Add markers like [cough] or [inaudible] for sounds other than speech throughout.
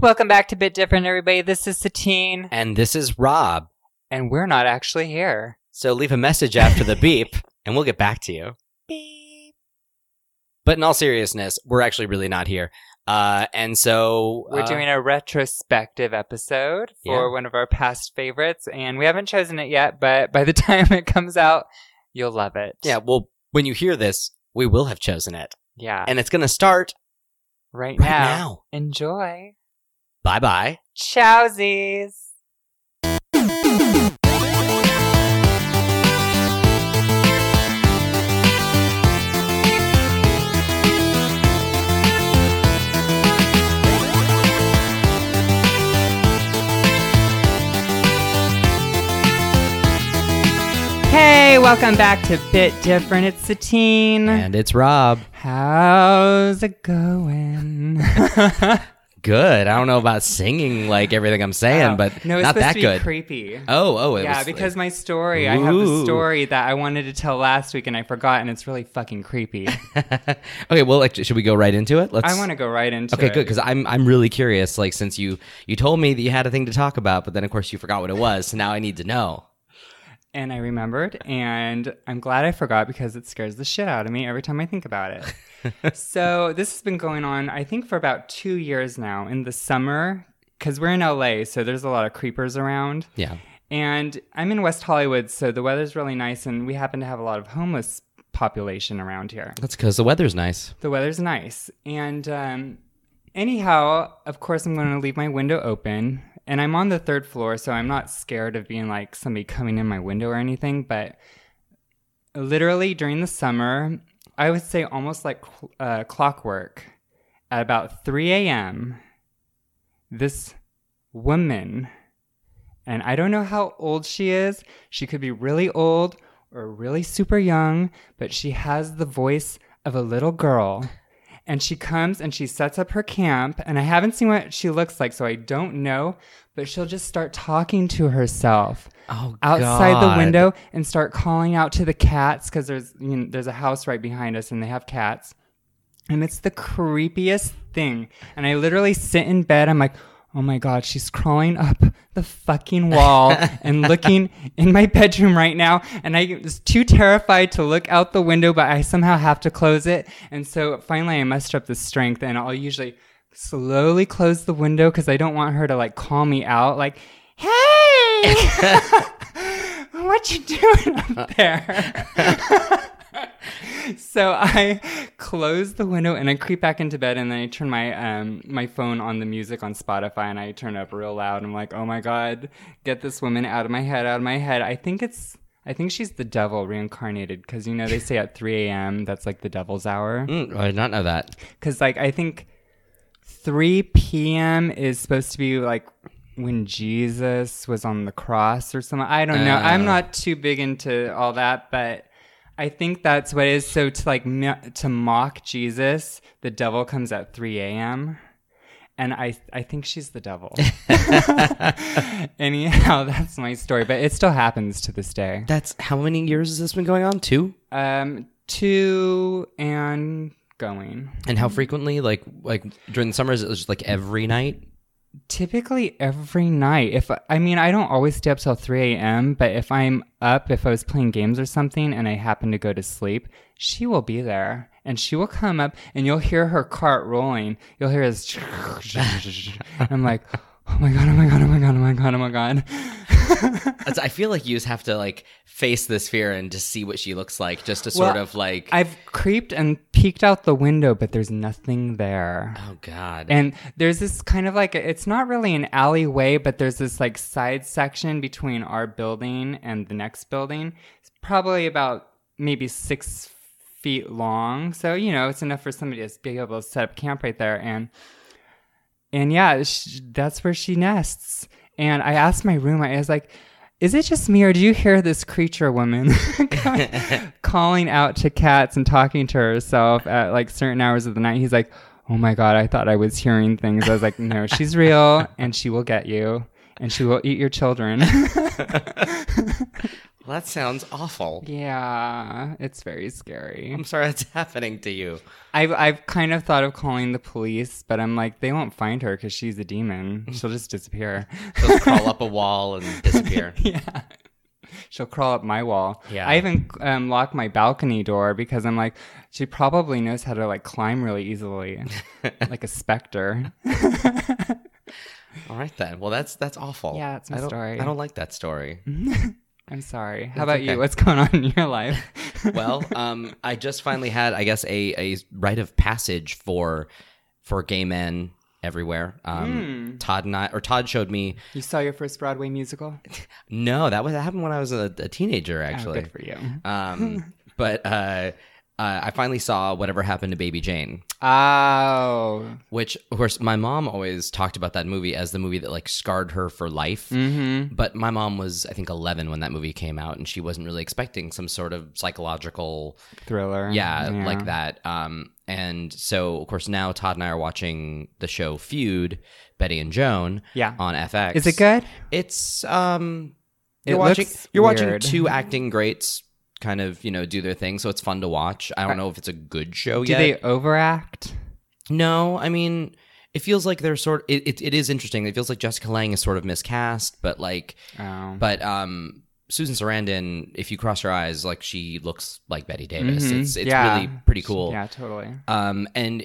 Welcome back to Bit Different, everybody. This is Satine, And this is Rob. and we're not actually here. So leave a message after the beep and we'll get back to you. Beep. But in all seriousness, we're actually really not here. Uh, and so We're uh, doing a retrospective episode for Yeah. one of our past favorites, and we haven't chosen it yet, but by the [laughs] time it comes out, you'll love it. Yeah, well, when you hear this, we will have chosen it. Yeah. And it's going to start Right, right now, now. Enjoy. Bye bye. Chowsies. Hey, welcome back to Bit Different. It's Satine. And it's Rob. How's it [laughs] going? Good. I don't know about singing like everything I'm saying, Oh, but no, it's not supposed that to be good. Creepy. oh, oh, it yeah, was- because my story, I have the Ooh. story that I wanted to tell last week and I forgot, and it's really fucking [laughs] creepy. [laughs] okay, well, like, should we go right into it? Let's. I want to go right into Okay, it. good because I'm I'm really curious. Like, since you you told me that you had a thing to talk about, but then of course you forgot what it was, so now I need to know. And I remembered, and I'm glad I forgot because it scares the shit out of me every time I think about [laughs] it. so this has been going on, I think, for about two years now in the summer because we're in LA, so there's a lot of creepers around. Yeah. And I'm in West Hollywood, so the weather's really nice, and we happen to have a lot of homeless population around here. That's because the weather's nice. The weather's nice. And um, anyhow, of course, I'm going to leave my window open. And I'm on the third floor, so I'm not scared of being like somebody coming in my window or anything. But literally during the summer, I would say almost like cl- uh, clockwork, at about 3 a.m., this woman, and I don't know how old she is, she could be really old or really super young, but she has the voice of a little girl. And she comes and she sets up her camp, and I haven't seen what she looks like, so I don't know, but she'll just start talking to herself Oh, outside the window and start calling out to the cats because there's you know, there's a house right behind us and they have cats, and it's the creepiest thing. And I literally sit in bed. I'm like, oh my god, she's crawling up the fucking wall and looking in my bedroom right now. And I was too terrified to look out the window, but I somehow have to close it. And so finally, I muster up the strength, and I'll usually slowly close the window because I don't want her to like call me out, like. Hey! [laughs] what you doing up there? [laughs] so I close the window and I creep back into bed and then I turn my um my phone on the music on Spotify and I turn it up real loud. I'm like, oh my god, get this woman out of my head, out of my head. I think it's I think she's the devil reincarnated because you know they say at 3 a.m. that's like the devil's hour Mm, I did not know that. because like I think 3 p.m. is supposed to be like when Jesus was on the cross or something. I don't know. I'm Oh. not too big into all that, but I think that's what it is. So to like mo- to mock Jesus, the devil comes at 3 a.m. And I, I think she's the devil. Anyhow, that's my story, but it still happens to this day. That's how many years has this been going on? Two. Um, two and going. And how frequently? Like like during the summers, it was just like every night. typically every night if i mean i don't always stay up till 3 a.m but if i'm up if i was playing games or something and i happen to go to sleep she will be there and she will come up and you'll hear her cart rolling you'll hear this [laughs] i'm like oh my god oh my god oh my god oh my god oh my god That's- I feel like you just have to like face this fear and just see what she looks like, just to sort Well, of like. [laughs] i've creeped and peeked out the window but there's nothing there oh God. And there's this kind of like it's not really an alleyway, but there's this like side section between our building and the next building. It's probably about maybe six feet long, so you know it's enough for somebody to be able to set up camp right there. And and yeah, sh that's where she nests. And I asked my roommate, I was like, "Is it just me, or do you hear this creature woman [laughs] calling out to cats and talking to herself at like certain hours of the night?" He's like, "Oh my god, I thought I was hearing things." I was like, "No, she's real, and she will get you, and she will eat your children." Well, that sounds awful. [laughs] Yeah, it's very scary. I'm sorry that's [laughs] happening to you. I've I've kind of thought of calling the police, but I'm like they won't find her because she's a demon. She'll just disappear. They'll crawl up a wall and disappear. [laughs] yeah. She'll crawl up my wall. Yeah. I even um, lock my balcony door because I'm like, she probably knows how to like climb really [laughs] easily, like a specter. [laughs] All right then. Well, that's that's awful. Yeah, that's my I don't, story. I don't like [laughs] that story. I'm sorry. How about okay. you? What's going on in your life? well, um, I just finally had, I guess, a a rite of passage for for gay men everywhere. Hmm. Um, Todd and I, or Todd showed me. [laughs] you saw your first Broadway musical? No, that was that happened when I was a, a teenager, Oh, actually. good for you. [laughs] um, but uh, uh, I finally saw whatever happened to Baby Jane, Oh, which of course my mom always talked about that movie as the movie that like scarred her for life. Mm. Mm-hmm. But my mom was, I think, eleven when that movie came out, and she wasn't really expecting some sort of psychological, thriller. yeah, like that. Um, and so, of course, now Todd and I are watching the show Feud, Betty and Joan, Yeah. on FX. Is it good? It's um It you're watching looks you're weird. watching two acting greats kind of, you know, do their thing, so it's fun to watch. I don't know if it's a good show Do yet. they overact? No, I mean it feels like they're sort it, it it is interesting. It feels like Jessica Lang is sort of miscast, but like Oh. but um Susan Sarandon, if you cross her eyes, like she looks like Betty Davis. Mhm. It's it's Yeah. really pretty cool. Yeah, totally. Um, and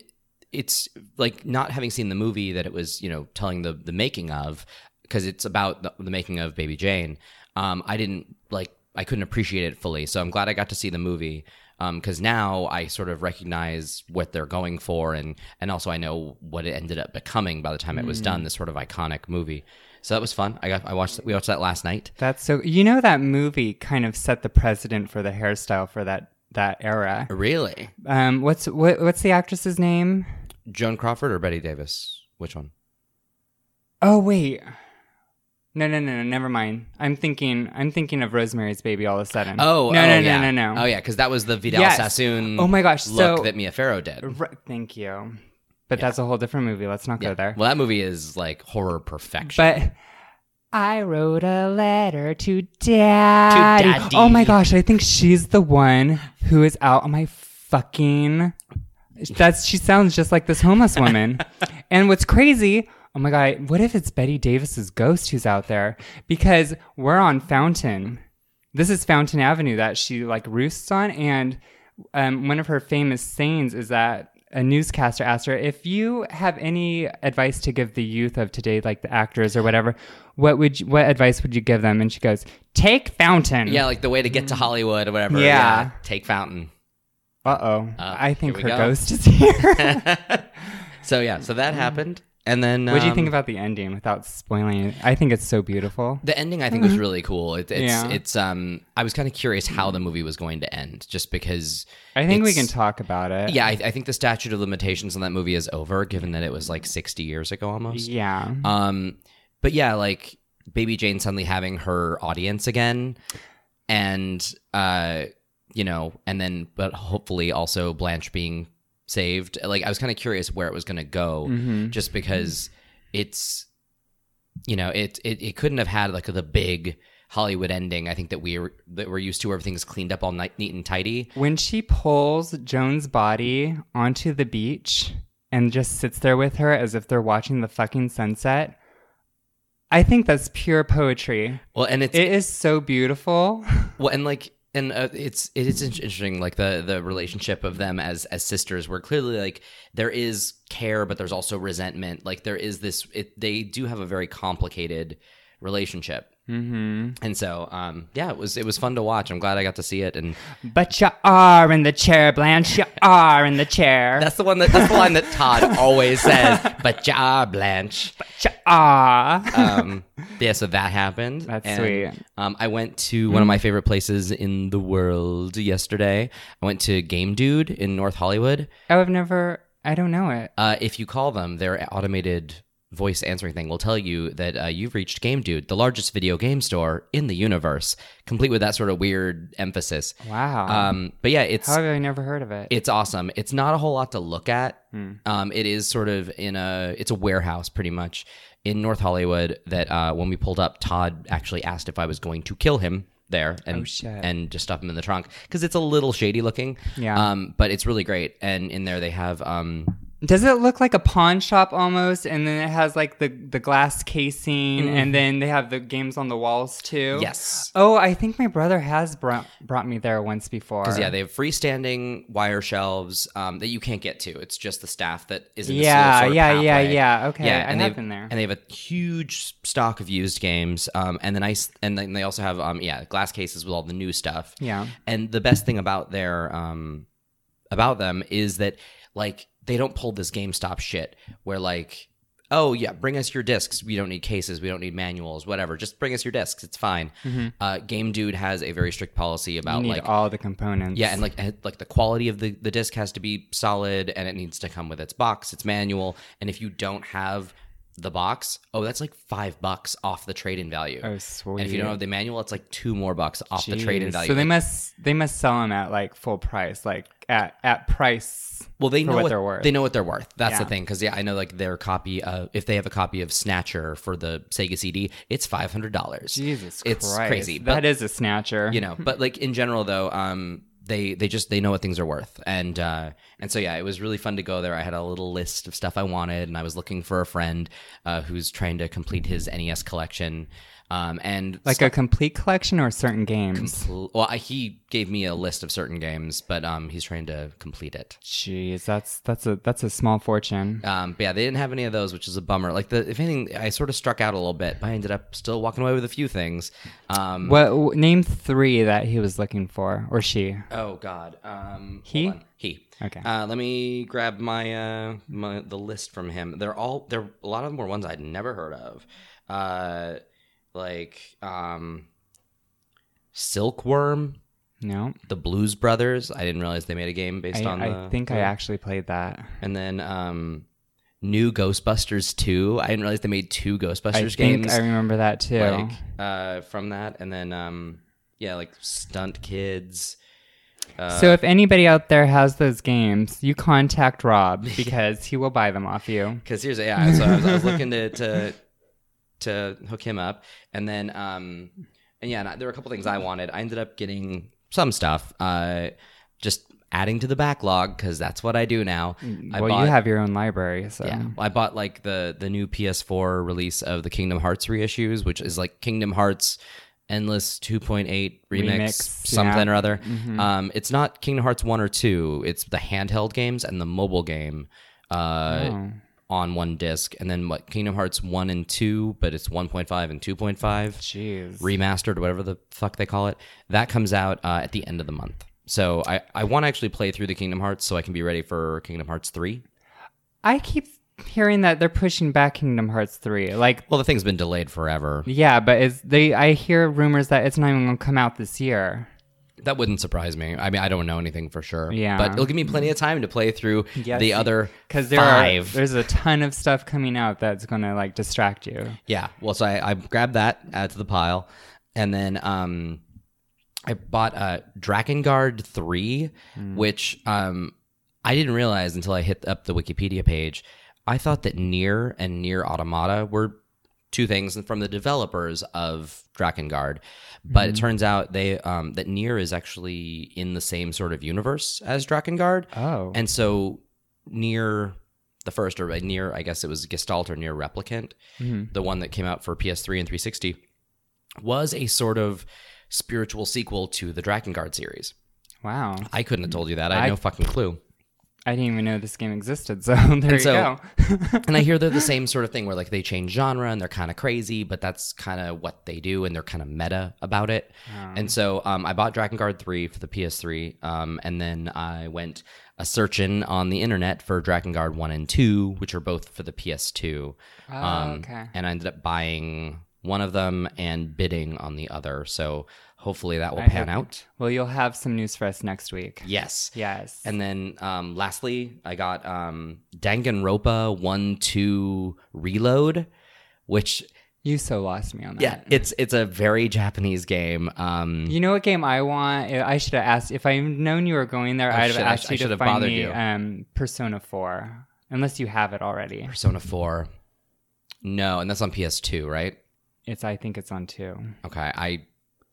it's like not having seen the movie that it was, you know, telling the the making of because it's about the, the making of Baby Jane. Um, I didn't like I couldn't appreciate it fully, so I'm glad I got to see the movie. Um, because now I sort of recognize what they're going for, and and also I know what it ended up becoming by the time it was Mm. done. This sort of iconic movie, so that was fun. I got I watched we watched that last night. That's so. You know that movie kind of set the precedent for the hairstyle for that that era. Really, Um, what's what, what's the actress's name? Joan Crawford or Betty Davis? Which one? Oh wait, no no no no. Never mind. I'm thinking I'm thinking of Rosemary's Baby all of a sudden. no Oh, oh, no yeah. no no no. Oh yeah, because that was the Vidal Yes. Sassoon. Oh my gosh, look so- that Mia Farrow did. Ri- thank you. But that's a whole different movie. Let's not go there. Well, that movie is like horror perfection. But I wrote a letter to daddy. daddy. Oh my gosh, I think she's the one who is out on my fucking that's she sounds just like this homeless woman. and what's crazy, oh my god, what if it's Betty Davis's ghost who's out there? Because we're on Fountain. This is Fountain Avenue that she like roosts on and um, one of her famous sayings is that a newscaster asked her if you have any advice to give the youth of today like the actors or whatever what would you, what advice would you give them and she goes take fountain yeah, like the way to get to Hollywood or whatever. Mm. Yeah. Take Fountain. [laughs] uh-oh Uh, i think here her we go. ghost is here [laughs] so yeah, so that happened. And then what do Mm. you um, think about the ending without spoiling it i think it's so beautiful the ending I think was really cool. It, it's Mm-hmm. Yeah. it's um I was kind of curious how the movie was going to end just because i think we it's- can talk about it Yeah, I, I think the statute of limitations on that movie is over given that it was like 60 years ago almost. yeah Um, but yeah, like Baby Jane suddenly having her audience again, and uh, you know, and then but hopefully also Blanche being saved. Like I was kind of curious where it was going to go, Mhm. just because it's you know it, it it couldn't have had like the big Hollywood ending. I think that we that we're used to where everything's cleaned up all night, neat and tidy. When she pulls Joan's body onto the beach and just sits there with her as if they're watching the fucking sunset, I think that's pure poetry. Well, and it's It is so beautiful. Well, and like, and uh, it's it is int- interesting, like the the relationship of them as as sisters, where clearly like there is care, but there's also resentment. Like there is this, it, they do have a very complicated relationship, hmm and so um, yeah, it was it was fun to watch. I'm glad I got to see it, and But you are in the chair, Blanche. You are in the chair. that's the one that that's the line that Todd [laughs] always says. But ja, Blanche. you are. [laughs] um, yeah, so that happened. That's sweet. Um, I went to one of my favorite places in the world yesterday. I went to Game Dude in North Hollywood. oh, I've never. I don't know it. Uh, if you call them, their automated voice answering thing will tell you that uh, you've reached Game Dude, the largest video game store in the universe, complete with that sort of weird emphasis. Wow. Um, but yeah, it's How have I never heard of it? it's awesome. It's not a whole lot to look at. Hmm. Um, it is sort of in a it's a warehouse pretty much in North Hollywood. That uh, when we pulled up, Todd actually asked if I was going to kill him there and Oh, shit. and just stuff them in the trunk because it's a little shady looking. Yeah. Um, but it's really great, and in there they have um, Does it look like a pawn shop almost? And then it has like the, the glass casing, and then they have the games on the walls too. Mm. Yes. Oh, I think my brother has brought brought me there once before. Because yeah, they have freestanding wire shelves um, that you can't get to. It's just the staff that is in this little yeah, sort of yeah, yeah, pathway. yeah. Okay, Yeah, I and have they've been there. and they have a huge stock of used games. Um, and the nice and then they also have um, yeah, glass cases with all the new stuff. yeah, And the best thing about their um, about them is that like they don't pull this GameStop shit where like oh yeah, bring us your discs. We don't need cases. We don't need manuals. Whatever. Just bring us your discs. It's fine. Uh, Game Dude has a very strict policy you about need like all the components. yeah, and like eh, like the quality of the the disc has to be solid, and it needs to come with its box, its manual, and if you don't have the box, oh, that's like five bucks off the trade-in value. oh and sweet. if you don't have the manual, it's like two more bucks off the trade-in Jeez. value. so they must they must sell them at like full price, like at at price. well, they for know what they're worth. They know what they're worth. That's the Yeah. thing, because yeah, I know like their copy of if they have a copy of Snatcher for the Sega CD, it's five hundred dollars. Jesus It's Christ, crazy, but- That is a snatcher. you know but like in general though um they they just they know what things are worth and uh and so yeah it was really fun to go there i had a little list of stuff i wanted and i was looking for a friend uh who's trying to complete his nes collection um and like a complete collection or certain games. well I, he gave me a list of certain games but um he's trying to complete it Jeez, that's that's a that's a small fortune. um, but yeah, they didn't have any of those, which is a bummer. Like the, if anything, I sort of struck out a little bit, but I ended up still walking away with a few things. Um, What w- name three that he was looking for or she? Oh God. Um, He? hold on. He. Okay. Uh, let me grab my, uh, my the list from him. They're all there. A lot of them were ones I'd never heard of, uh, like um, Silkworm, No, the Blues Brothers. I didn't realize they made a game based I, on. I the- think I the- actually played that. And then um, new Ghostbusters two. I didn't realize they made two Ghostbusters I games think I remember that too. like uh, from that, and then um, yeah, like Stunt Kids. Uh, so if anybody out there has those games, you contact [laughs] Rob because he will buy them off you. Because here's yeah, so I was, I was looking to, to to hook him up, and then um, and yeah, and I- there were a couple things I wanted. I ended up getting some stuff, uh, just adding to the backlog because that's what I do now. I well, bought- you have your own library, so yeah, I bought like the the new PS4 release of the Kingdom Hearts reissues, which is like Kingdom Hearts Endless 2.8 remix, Remix, something yeah. or other. Mm-hmm. Um, it's not Kingdom Hearts one or two. It's the handheld games and the mobile game. Uh, Oh. on one disc, and then what Kingdom Hearts one and two, but it's one point five and two point five jeez. remastered, whatever the fuck they call it. That comes out uh, at the end of the month. So I I want to actually play through the Kingdom Hearts so I can be ready for Kingdom Hearts three. I keep hearing that they're pushing back Kingdom Hearts three. Like, Well, the thing's been delayed forever. yeah, but it's they. I hear rumors that it's not even going to come out this year. That wouldn't surprise me. I mean, I don't know anything for sure. Yeah. but it'll give me plenty of time to play through Yes, the other Because there five. are there's a ton of stuff coming out that's going to like distract you. Yeah. Well, so I, I grabbed that out to the pile, and then um, I bought uh, Drakengard three, Mm-hmm. which um, I didn't realize until I hit up the Wikipedia page. I thought that Near and Near Automata were two things from the developers of Drakengard, but Mm-hmm. it turns out they um, that Near is actually in the same sort of universe as Drakengard, Oh, and so Near. The first, or near, I guess it was Gestalt or near replicant Mhm. the one that came out for PS3 and 360, was a sort of spiritual sequel to the Drakengard series. wow! I couldn't have told you that. I had I- no fucking clue. I didn't even know this game existed. [laughs] So there you so- go. And I hear they're the same sort of thing where like they change genre and they're kind of crazy, but that's kind of what they do and they're kind of meta about it. [laughs] Mm-hmm. And so um, I bought Drakengard 3 for the PS3, um, and then I went a searching on the internet for Drakengard 1 and 2, which are both for the PS2. Oh, okay. Um, And I ended up buying one of them and bidding on the other. So hopefully that will I pan hope- out. Well, you'll have some news for us next week. Yes. Yes. And then um, lastly, I got um, Danganronpa 1 2 Reload, which, you so lost me on that. yeah, it's it's a very Japanese game. Um, You know what game I want? I I should have asked. If I'd known you were going there, I'd have should- I asked sh- I you should to have find bothered me you. Um, Persona 4, unless you have it already. Persona 4. No, and that's on PS2, right? It's I think it's on two. Okay, I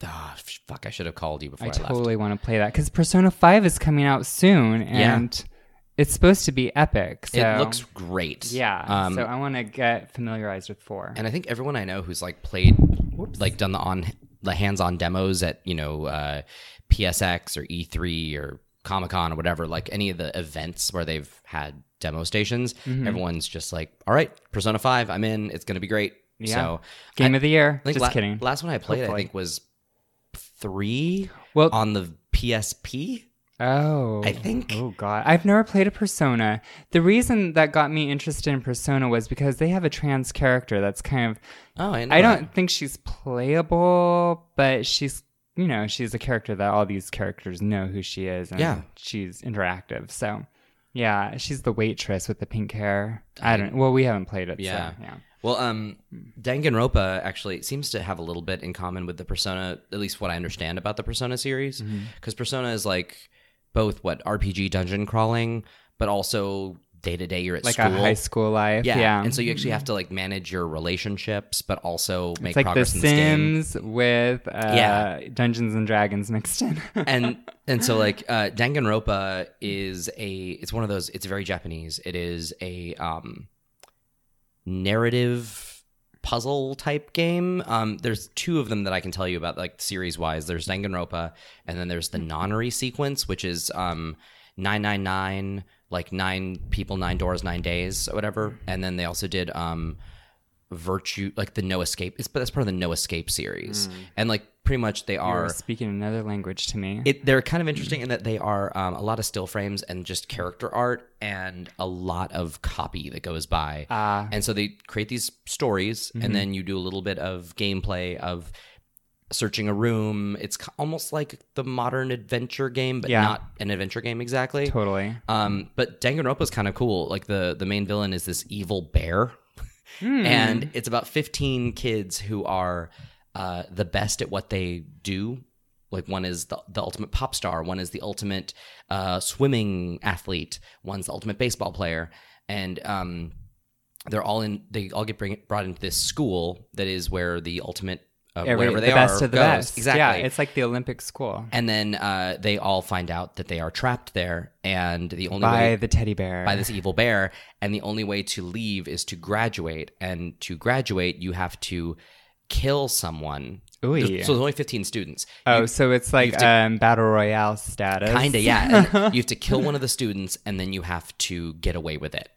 ah, f- fuck, I should have called you before I, I left. totally want to play that because Persona 5 is coming out soon Yeah. and it's supposed to be epic. So. It looks great. Yeah. Um, so I want to get familiarized with 4. and I think everyone I know who's like played, like done the on the hands-on demos at you know uh, PSX or E3 or Comic Con or whatever, like any of the events where they've had demo stations, Mm-hmm. everyone's just like, "All right, Persona Five, I'm in. It's gonna be great." Yeah. So Game I- of the year. I think Just la- kidding. Last one I played, I Hopefully. think was three Well- on the PSP. Oh. I think. Oh god. I've never played a Persona. The reason that got me interested in Persona was because they have a trans character that's kind of Oh, I, know I that. don't think she's playable, but she's you know, she's a character that all these characters know who she is and Yeah. she's interactive. So yeah, she's the waitress with the pink hair. I don't well, we haven't played it, Yeah. so yeah. Well, um, Hmm. Danganronpa actually seems to have a little bit in common with the Persona, at least what I understand about the Persona series, Mm-hmm. because Persona is like both what RPG dungeon crawling, but also day to day you're at Like school. a high school life. yeah. Yeah. Mm-hmm. and so you actually have to like manage your relationships, but also make it's like The progress in this game. Sims with uh, Yeah. Dungeons and Dragons mixed in. [laughs] and and so like uh Danganronpa is a it's one of those it's very Japanese. It is a um narrative puzzle type game. Um there's two of them that I can tell you about like series wise. There's Danganronpa and then there's the Nonary sequence which is um 999 like nine people, nine doors, nine days or whatever. And then they also did um virtue like the no escape it's but that's part of the no escape series and like pretty much they are You're speaking another language to me. it, they're kind of interesting in that they are um, a lot of still frames and just character art and a lot of copy that goes by. Ah. Mm-hmm. and so they create these stories, and then you do a little bit of gameplay of searching a room. It's k- almost like the modern adventure game, but Yeah. not an adventure game exactly. totally. Um, but Danganronpa is kind of cool. Like the the main villain is this evil bear, Hmm. and it's about fifteen kids who are uh, the best at what they do. Like one is the, the ultimate pop star, one is the ultimate uh, swimming athlete, one's the ultimate baseball player, and um, they're all in. They all get bring, brought into this school that is where the ultimate uh, Every- whatever the they are best of the goes. best. Exactly. Yeah, it's like the Olympic school. and then uh, they all find out that they are trapped there, and the only way By the teddy bear. by this evil bear and the only way to leave is to graduate and to graduate you have to kill someone Ooh. There's- so there's only 15 students oh, so it's like um, battle royale status. kinda yeah [laughs] And you have to kill one of the students and then you have to get away with it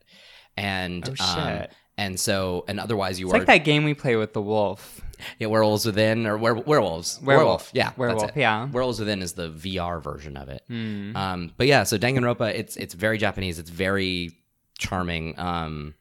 and Oh, um, shit. and so and otherwise you It's are like that game we play with the wolf. yeah, werewolves within or were, werewolves Werewolf. yeah that's Werewolf, it. yeah. Hmm. werewolves within is the VR version of it Mm-hmm. um but yeah so Danganronpa it's it's very Japanese it's very charming um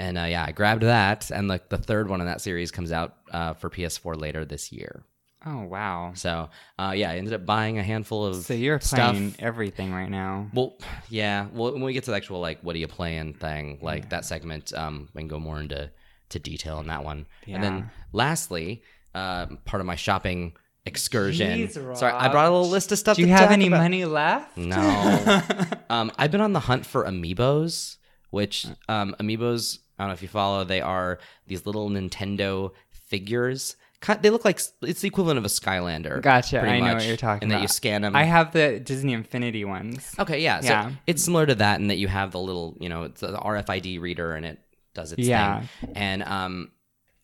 and uh, yeah I grabbed that and like the third one in that series comes out uh, for PS4 later this year Oh wow. so uh, yeah I ended up buying a handful of So you're stuff. playing everything right now. Well, yeah. Well, when we get to the actual like, what are you playing thing, like that segment, um, we can go more into to detail on that one. And then, lastly, uh, part of my shopping excursion. Jeez, Sorry, I Rob. brought a little list of stuff. Do you to have talk any about. money left? No. [laughs] um, I've been on the hunt for amiibos, which um, amiibos. I don't know if you follow. They are these little Nintendo figures. Ki- They look like it's the equivalent of a Skylander. Gotcha, pretty I know what much, you're talking And that you about. scan them. I have the Disney Infinity ones. Okay, yeah. So Yeah. it's similar to that in that you have the little, you know, it's the RFID reader and it does its Yeah. thing. And um,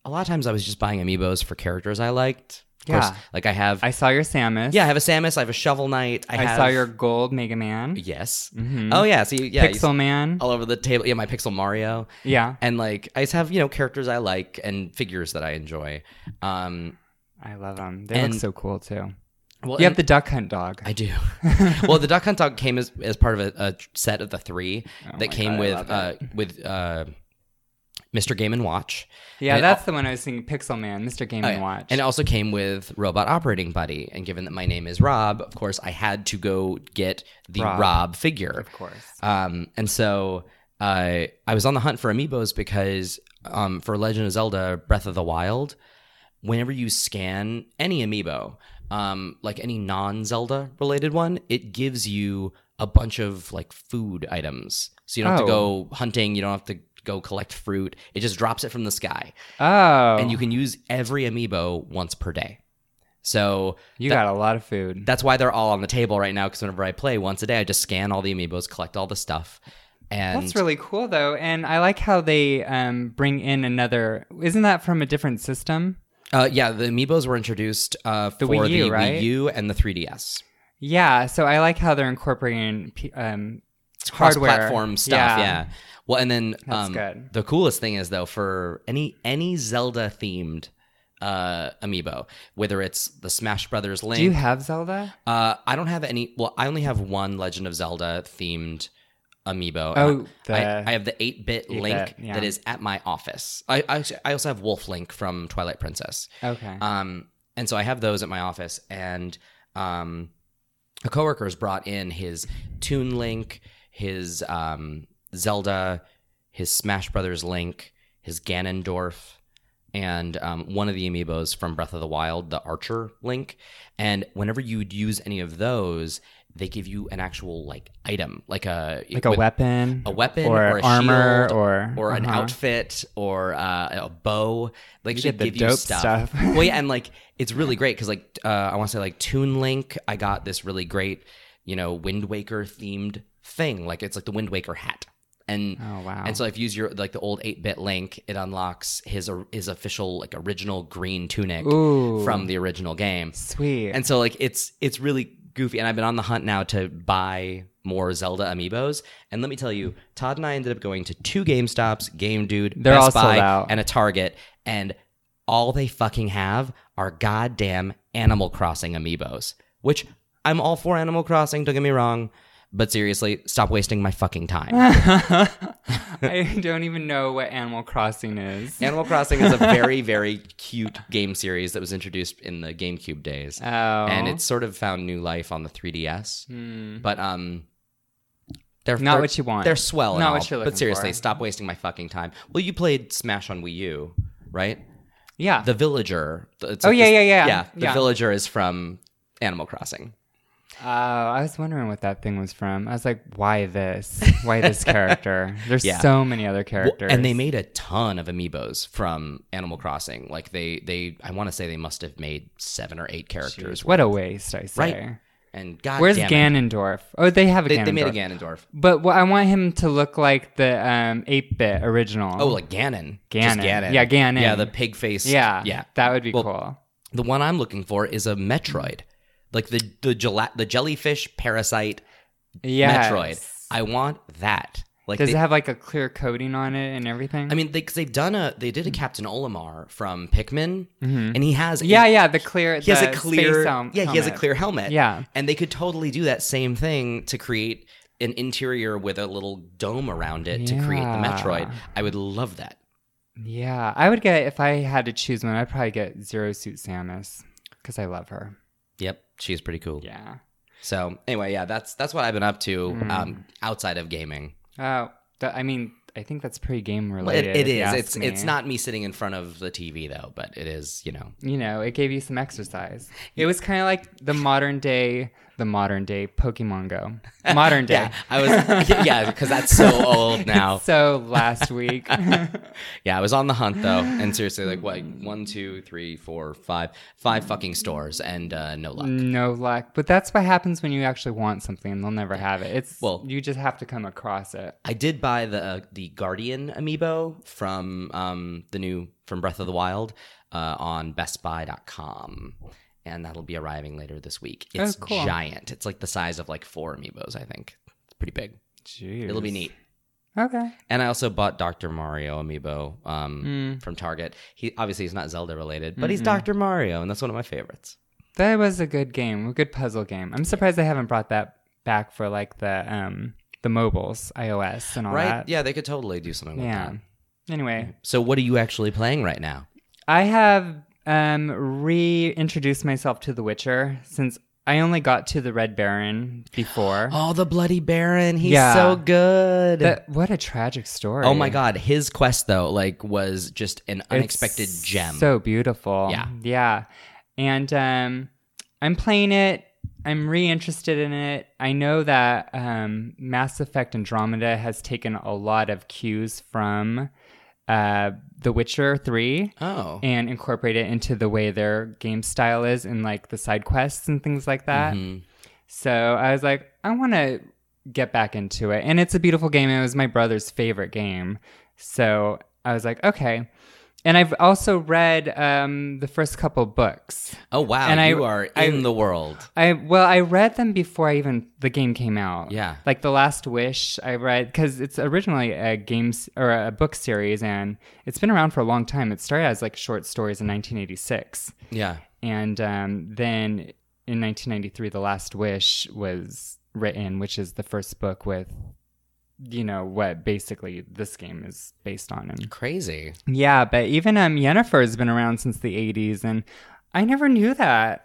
a lot of times I was just buying amiibos for characters I liked. Of Yeah. course, like I have, I saw your Samus. yeah, I have a Samus, I have a Shovel Knight. I, I have, saw your gold Mega Man. yes. Mhm. Oh yeah, Oh. so you, yeah, you- Pixel Man. all over the table. Yeah, my Pixel Mario, Yeah. and like I just have you know characters I like and figures that I enjoy. Um, I love them. They And- look so cool too. well, You and- have the Duck Hunt dog. [laughs] Oh I [laughs] do. well, the Duck Hunt dog came as, as part of a, a set of the three that Oh my came God, I with love uh, with uh, Mr. Game and Watch. yeah, and that's the one I was thinking. Pixel Man, Mr. Game Oh, and yeah. Watch. And it also came with Robot Operating Buddy. And given that my name is Rob, of course, I had to go get the Rob, Rob. figure. of course. Um, and so uh, I was on the hunt for amiibos because um, for Legend of Zelda Breath of the Wild, whenever you scan any amiibo, um, like any non Zelda related one, it gives you a bunch of like food items. So you don't have to go Oh. hunting, you don't have to go collect fruit. It just drops it from the sky. Oh. And you can use every amiibo once per day. So You that- got a lot of food. that's why they're all on the table right now. Because whenever I play once a day, I just scan all the amiibos, collect all the stuff, and That's really cool though, and I like how they um, bring in another. Isn't that from a different system? uh, yeah, the amiibos were introduced uh, for Wii U, the right? Wii U and the 3DS. Yeah, so I like how they're incorporating p- um, hardware cross-platform stuff. Yeah. Well, and then That's um, good. the coolest thing is though for any any Zelda themed uh amiibo whether it's the smash brothers link Do you have Zelda? uh i don't have any well i only have one legend of zelda themed amiibo And Oh, I, the- I have the 8-bit Eight-bit, link yeah. that is at my office I, I actu- i also have wolf link from twilight princess Okay. um, and so I have those at my office, and um, a coworker has brought in his Toon Link, his um, Zelda, his Smash Brothers Link, his Ganondorf, and um, one of the amiibos from Breath of the Wild, the Archer Link. And whenever you'd use any of those, they give you an actual like item, like a like a with- weapon, a weapon or, or a armor, shield or or an uh-huh. outfit or uh, a bow. Like You she get the give you dope stuff. stuff. [laughs] well, yeah, and like it's really great because like uh, I want to say like Toon Link, I got this really great, you know, Wind Waker themed thing. Like it's like the Wind Waker hat, and Oh wow! and so if you use your like the old eight bit Link, it unlocks his or- his official like original green tunic Ooh, from the original game. sweet. And so like it's it's really goofy and I've been on the hunt now to buy more Zelda amiibos. And let me tell you, Todd and I ended up going to two GameStops, Game Dude, They're Best all sold Buy, out. and a Target, and all they fucking have are goddamn Animal Crossing amiibos, which I'm all for Animal Crossing, don't get me wrong, but seriously, stop wasting my [laughs] fucking time. [laughs] I don't even know what Animal Crossing is. Animal Crossing is a very very cute game series that was introduced in the GameCube days. Oh, Hmm. and it's sort of found new life on the 3DS. But um, they're Not they're- what you want. They're swell. and Not all, what you're looking But seriously, for. stop wasting my fucking time. Well, you played Smash on Wii U, right? yeah. The Villager. th- It's Oh, like yeah, this- yeah, yeah. Yeah, the Yeah. Villager is from Animal Crossing. Oh, I was wondering what that thing was from. I was like, why [laughs] this? Why this character? There's Yeah. so many other Well, characters. and they made a ton of amiibos from Animal Crossing. Like they, they, I want to say they must have made seven or eight characters. what a waste, I say. Right. And God, Where's damn it, Ganondorf? Oh, they have a They, Ganondorf. they made a Ganondorf. But what, I want him to look like the um, 8-bit original. Oh, like Ganon. Just Ganon. Yeah, Ganon. Yeah, the pig face. yeah. yeah. That would be Well, cool. The one I'm looking for is a Metroid, like the the gelat the jellyfish parasite Yeah. Metroid. I want that. Like, Does they, it have like a clear coating on it and everything? I mean, because they, have done a they Hmm. did a Captain Olimar from Pikmin, and he has a- Mm-hmm. yeah, yeah, the clear. he has the a clear space helm- yeah he has a helmet. clear helmet Yeah. and they could totally do that same thing to create an interior with a little dome around it to create the Yeah. Metroid. I would love that. Yeah, I would get if I had to choose one. I'd probably get Zero Suit Samus because I love her. Yep, she's pretty cool. Yeah. Hmm. So anyway, yeah, that's that's what I've been up to um, outside of gaming. Oh, th- I mean, I think that's pretty game Well, it, related. it if you is. ask It's me. it's not me sitting in front of the TV though, but it is. You know, You know, it gave you some exercise. It was kind of like the modern day, the modern day Pokemon Go. Modern day. [laughs] yeah, I [laughs] was yeah because that's so old now. So last [laughs] week, Yeah, I was on the hunt [sighs] though, and seriously, like what one, two, three, four, five, five fucking stores, and uh, no luck. no luck. But that's what happens when you actually want something and they'll never have it. It's Well- you just have to come across it. I did buy the uh, the Guardian amiibo from um, the new from Breath of the Wild uh, on BestBuy.com, and that'll be arriving later this week. Oh, It's cool. giant. It's like the size of like four amiibos. I think it's pretty big. Jeez. It'll be neat. Okay. And I also bought Doctor Mario amiibo um, Mm. from Target. He obviously he's not Zelda related, but he's Doctor Mario, and that's one of my favorites. That was a good game, a good puzzle game. I'm surprised they haven't brought that back for like the um the mobiles, iOS and all right? Oh, Mm. that. Yeah, they could totally do something with Yeah. that. Anyway, So what are you actually playing right now? I have um reintroduced myself to The Witcher since I only got to the Red Baron before. [gasps] Oh, the Bloody Baron. He's Yeah. so good. That- what a tragic story. Oh my god, his quest though, like was just an unexpected It's gem. So beautiful. Yeah. Yeah. And um I'm playing it. I'm reinterested in it. I know that um Mass Effect Andromeda has taken a lot of cues from uh, The Witcher 3 Oh. and incorporate it into the way their game style is and like the side quests and things like that. Mhm. So I was like, I want to get back into it. And it's a beautiful game. It was my brother's favorite game. So I was like, okay. And I've also read um, the first couple books. Oh wow, And I- you are I- in the world. I well, I read them before I even the game came out. Yeah. like the Last Wish. I read because it's originally a games or a book series, and it's been around for a long time. It started as like short stories in 1986, Yeah. and um, then in 1993, The Last Wish was written, which is the first book with, you know, what basically this game is based on. And Crazy. yeah, but even um, Yennefer has been around since the 80s, and I never knew that.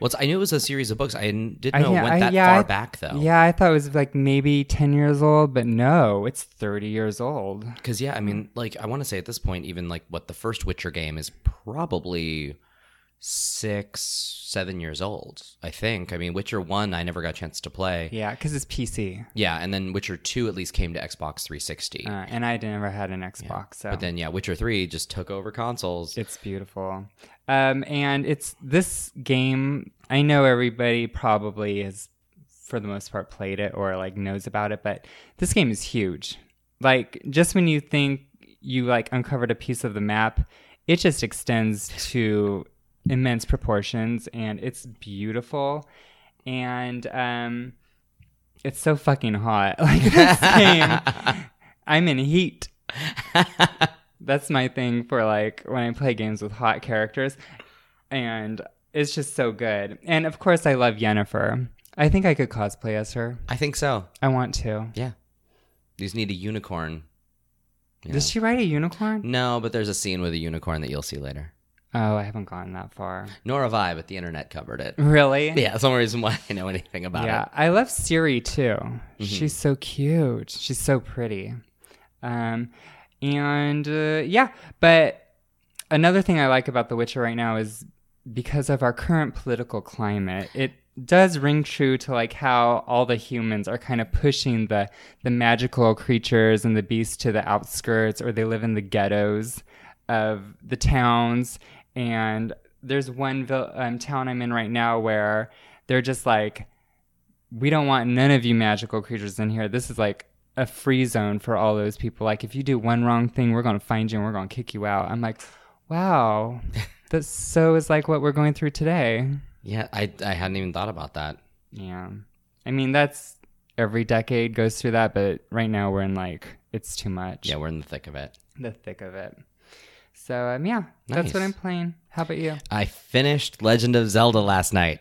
Well, it's- I knew it was a series of books. I didn't, I- didn't know yeah, it went I- that yeah, far I- back though. Yeah, I thought it was like maybe 10 years old, but no, it's 30 years old. Because yeah, I mean, like I want to say at this point, even like what the first Witcher game is probably six, seven years old. I think. I mean, Witcher one, I never got a chance to play. Yeah, Yeah, because it's PC. and then Witcher two at least came to Xbox 360. Uh, and I never had an Xbox, so But then yeah, Witcher three just took over consoles. [laughs] it's beautiful. Um, and it's this game, I know everybody probably has, for the most part, played it or like knows about it, but this game is huge. Like, just when you think you like uncovered a piece of the map, it just extends to immense proportions and it's beautiful. And, um, it's so fucking hot. [laughs] Like this game, I'm in heat. That's my thing for like when I play games with hot characters, and it's just so good. And of course, I love Yennefer. I think I could cosplay as her. I think so. I want to. Yeah. You just need a unicorn. Yeah. Does she ride a unicorn? No, but there's a scene with a unicorn that you'll see later. Oh, I haven't gotten that far. Nor have I, but the internet [laughs] covered it. Really? Yeah, that's the only reason why I know anything about yeah, it. Mm-hmm. I love Siri too. She's so cute. She's so pretty. Um, and uh, yeah, but another thing I like about The Witcher right now is because of our current political climate, it does ring true to like how all the humans are kind of pushing the the magical creatures and the beasts to the outskirts or they live in the ghettos of the towns and there's one vil- um, town I'm in right now where they're just like we don't want none of you magical creatures in here. This is like a free zone for all those people. Like, if you do one wrong thing, we're going to find you and we're going to kick you out. I'm like, [laughs] wow, that so is like what we're going through today. Yeah, I, I hadn't even thought about that. Yeah. I mean, that's every decade goes through that, but right now we're in like, it's too much. Yeah, we're in the thick of it. The thick of it. So, um, yeah, that's what Nice. I'm playing. How about you? I finished Legend of Zelda last night.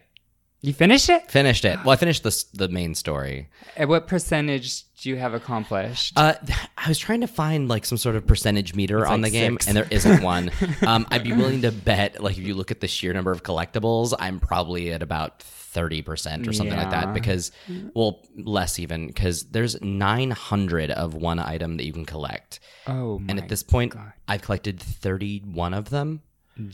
You finish it? Finished it. Well, I finished the s- the main story. At what percentage do you have accomplished? Uh, th- I was trying to find like some sort of percentage meter on like the game, six. and there [laughs] isn't one. um, I'd be willing to bet, like, if you look at the sheer number of collectibles, I'm probably at about thirty percent or something like Yeah. that. Because, well, less even because there's nine hundred of one item that you can collect, oh, my. and at this point, I've collected thirty-one of them.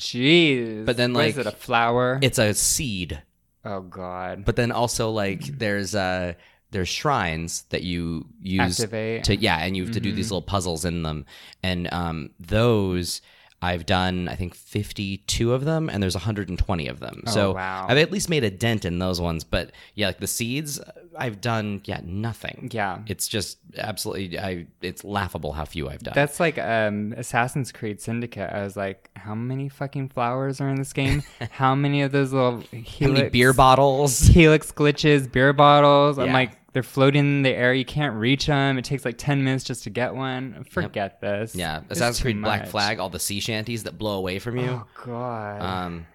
Jeez. But then, What is like, it a flower? It's a seed oh, God. but then also like there's uh there's shrines that you use activate. to yeah and you have to do Mm-hmm. these little puzzles in them and um those I've done I think 52 of them and there's 120 of them. so Oh, wow. I've at least made a dent in those ones but yeah like the seeds I've done yeah nothing. yeah. It's just absolutely I it's laughable how few I've done. That's like um, Assassin's Creed Syndicate. I was like, how many fucking flowers are in this [laughs] game? how many of those little helix, how many [laughs] beer bottles? helix glitches, beer bottles? I'm Yeah. like, they're floating in the air. You can't reach them. It takes like 10 minutes just to get one. Forget this. Yeah, It's Assassin's too Creed Black much. Flag, all the sea shanties that blow away from you. Oh, God. Um,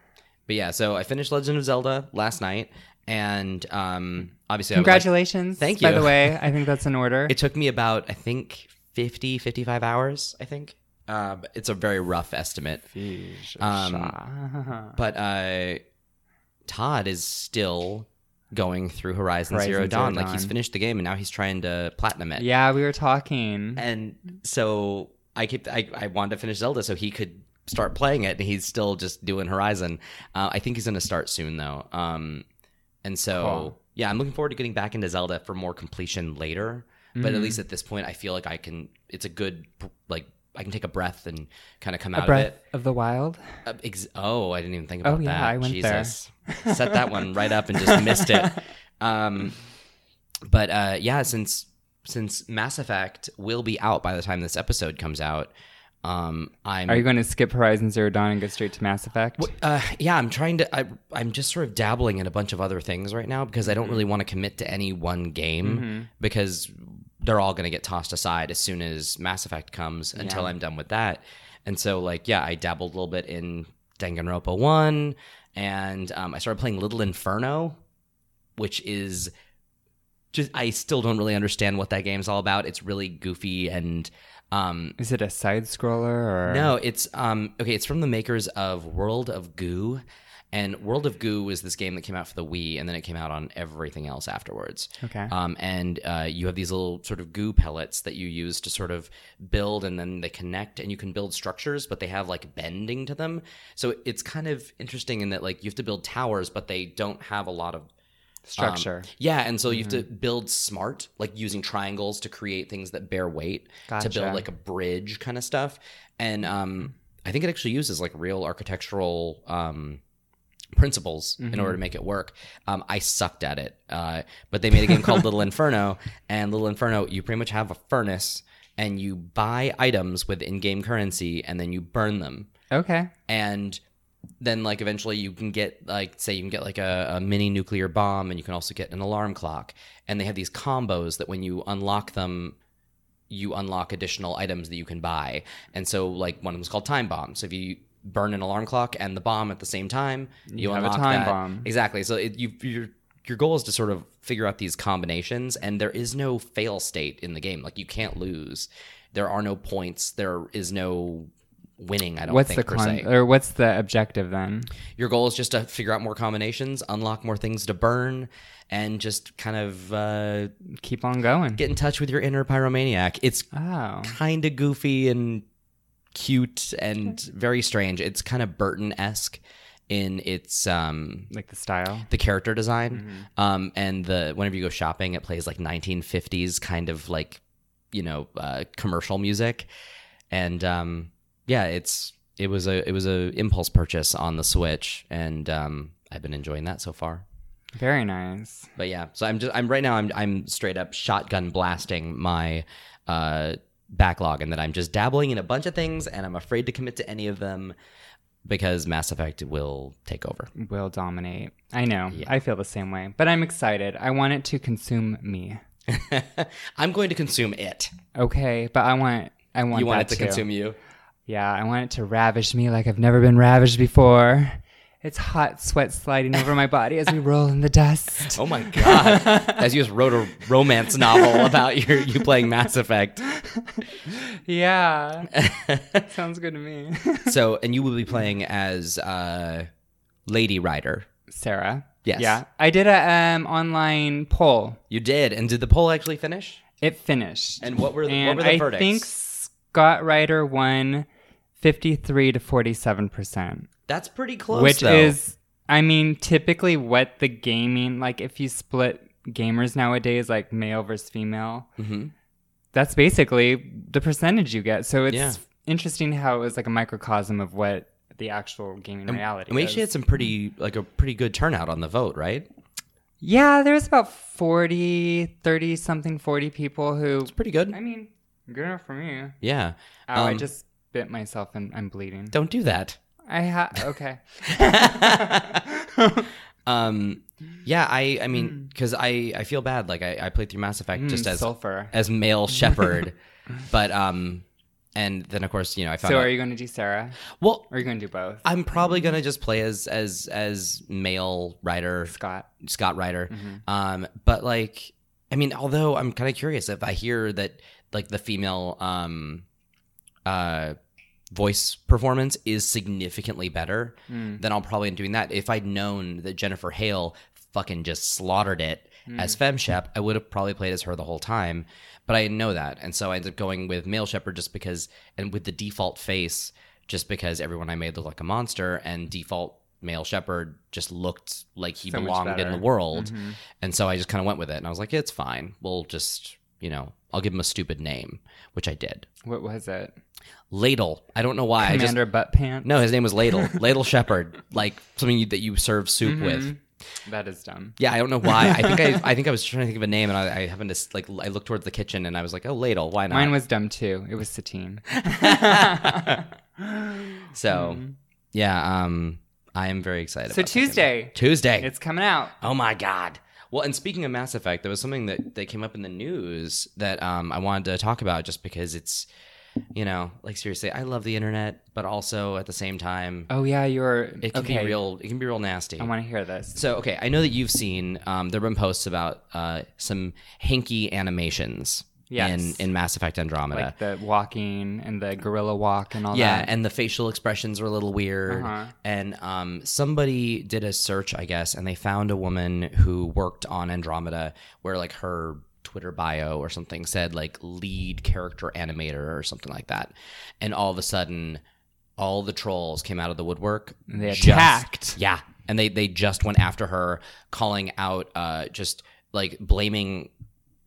but yeah, so I finished Legend of Zelda last night, and um, obviously, I would like- Congratulations. Thank By you. the [laughs] way, I think that's in order. it took me about I think 50, 55 hours. I think um, it's a very rough estimate, Jeez, um, [laughs] sha- but uh, Todd is still going through Horizon, Horizon Zero Zero Dawn. Like he's Dawn. finished the game, and now he's trying to platinum it. yeah, we were talking. and so I kept I, I wanted to finish Zelda so he could start playing it, and he's still just doing Horizon. Uh, I think he's going to start soon though, um, and so Cool. yeah, I'm looking forward to getting back into Zelda Mm-hmm. for more completion later. But at least at this point, I feel like I can. It's a good like I can take a breath and kind of come A out of breath it. of the wild. Uh, ex- oh, I didn't even think about yeah, that. I went there. [laughs] Jesus. Set that one right up and just missed it. Um, but uh, yeah, since since Mass Effect will be out by the time this episode comes out, um, I'm Are you going to skip Horizon Zero Dawn and go straight to Mass Effect? uh, yeah, I'm trying to. I, I'm just sort of dabbling in a bunch of other things right now because I Mm-hmm. don't really want to commit to any one game because they're all going to get tossed aside as soon as Mass Effect comes until I'm done with that. And so, like, yeah, I dabbled a little bit in Danganronpa One, and um, I started playing Little Inferno, which is just I still don't really understand what that game's all about. It's really goofy and um, Is it a side scroller or no, it's um okay, it's from the makers of World of Goo. And World of Goo was this game that came out for the Wii and then it came out on everything else afterwards. Okay. Um, and uh, you have these little sort of goo pellets that you use to sort of build, and then they connect, and you can build structures, but they have like bending to them. So it's kind of interesting in that like you have to build towers, but they don't have a lot of um, structure? yeah, and so you have to build smart, like using triangles to create things that bear weight to Gotcha. build like a bridge kind of stuff. And um, I think it actually uses like real architectural um, principles in order to make it work. Um, I sucked at it, uh, but they made a game called Little Inferno, and Little Inferno, you pretty much have a furnace, and you buy items with in-game currency, and then you burn them okay. and then like eventually you can get like say you can get like a, a mini nuclear bomb and you can also get an alarm clock and they have these combos that when you unlock them you unlock additional items that you can buy and so like one of them is called time bomb so if you burn an alarm clock and the bomb at the same time you, have a unlock time that. bomb. exactly so it, you your your goal is to sort of figure out these combinations and there is no fail state in the game like you can't lose there are no points there is no winning i don't What's think the per se con- uh, or what's the objective then? your goal is just to figure out more combinations, unlock more things to burn, and just kind of uh, Keep on going. get in touch with your inner pyromaniac. It's oh. kind of goofy and cute and very strange. It's kind of Burton esque in its um, Like the style. the character design. Mm-hmm. Um, and the whenever you go shopping, it plays like 1950s kind of like you know uh, commercial music, and um, yeah, it's it was a it was a impulse purchase on the Switch, and um, I've been enjoying that so far. Very nice. But yeah, so I'm just I'm right now I'm I'm straight up shotgun blasting my uh backlog and that I'm just dabbling in a bunch of things and I'm afraid to commit to any of them because Mass Effect will take over. [laughs] Will dominate. I know. Yeah. I feel the same way. But I'm excited. I want it to consume me. I'm going to consume it. Okay, but I want I want you want it that to too. consume you. Yeah, I want it to ravish me like I've never been ravished before. It's hot sweat sliding over my body as we roll in the dust. [laughs] Oh [laughs] my god! As you just wrote a romance novel about your you playing Mass Effect. Yeah. Sounds good to me. [laughs] So, and you will be playing as uh, Lady Rider. Sarah. Yes. Yeah. I did a um online poll. You did, and did the poll actually finish? It finished. And what were the, what And were the I verdicts? think Scott Ryder won 53 to 47%, That's pretty close, which though. is, I mean, typically what the gaming, like if you split gamers nowadays, like male versus female, Mhm. that's basically the percentage you get. So it's Yeah. interesting how it was like a microcosm of what the actual gaming reality And we is. actually had some pretty like a pretty good turnout on the vote, right? yeah, there was about 40, 30 something, 40 people who, It's pretty good. I mean, good enough for me. Yeah. Oh, I Um, just bit myself and I'm bleeding. Don't [laughs] do that. [laughs] I ha okay. Um, yeah, I I Hmm. mean, because I I feel bad. Like I, I played through Mass Effect [laughs] just Mm, as sulfur. as [laughs] male shepherd, but um, and then of course you know I found So out- are you going to do Sarah? well. Or are you going to do both? I'm probably gonna just play as as as male writer Scott. [laughs] Mm-hmm. Scott Ryder. Um, but like, I mean, although I'm kind of curious if I hear that like the female um, uh, voice performance is significantly better, then I'll probably end doing that. If I'd known that Jennifer Hale fucking just slaughtered it Mm-hmm. as Fem Shep, I would have probably played as her the whole time. But I didn't know that, and so I ended up going with male Shepherd just because, and with the default face, just because everyone I made looked like a monster, and default male Shepherd just looked like he So much belonged in better. Mm-hmm. the world. And so I just kind of went with it. And I was like, it's fine. We'll just you know, I'll give him a stupid name, which I did. What was it? Ladle. I don't know why. I just Commander Butt Pants? no. His name was Ladle. Ladle Shepherd. Like something you, that you serve soup with. Mm-hmm. That is dumb. Yeah, I don't know why. I think [laughs] I, I think I was trying to think of a name, and I, I happened to s- like I looked towards the kitchen, and I was like, oh, Ladle. Why not? Mine was dumb too. It was [laughs] Satine. so yeah, um, I am very excited. Mm-hmm. So about that game. Tuesday, Tuesday. it's coming out. Oh my god. Well, and speaking of Mass Effect, there was something that, that came up in the news that um, I wanted to talk about just because it's, you know, like seriously, I love the internet, but also at the same time, Oh yeah, you're it can okay. be real. It can be real nasty. I want to hear this. so okay, I know that you've seen um, there have been posts about uh, some hinky animations Yes. in in Mass Effect Andromeda. Like the walking and the gorilla walk and all yeah, that. and the facial expressions were a little weird. Uh-huh. And um, somebody did a search, I guess, and they found a woman who worked on Andromeda, where like her Twitter bio or something said like lead character animator or something like that. And all of a sudden, all the trolls came out of the woodwork. And they just- Mm-hmm. attacked. yeah, and they they just went after her, calling out, uh, just like blaming,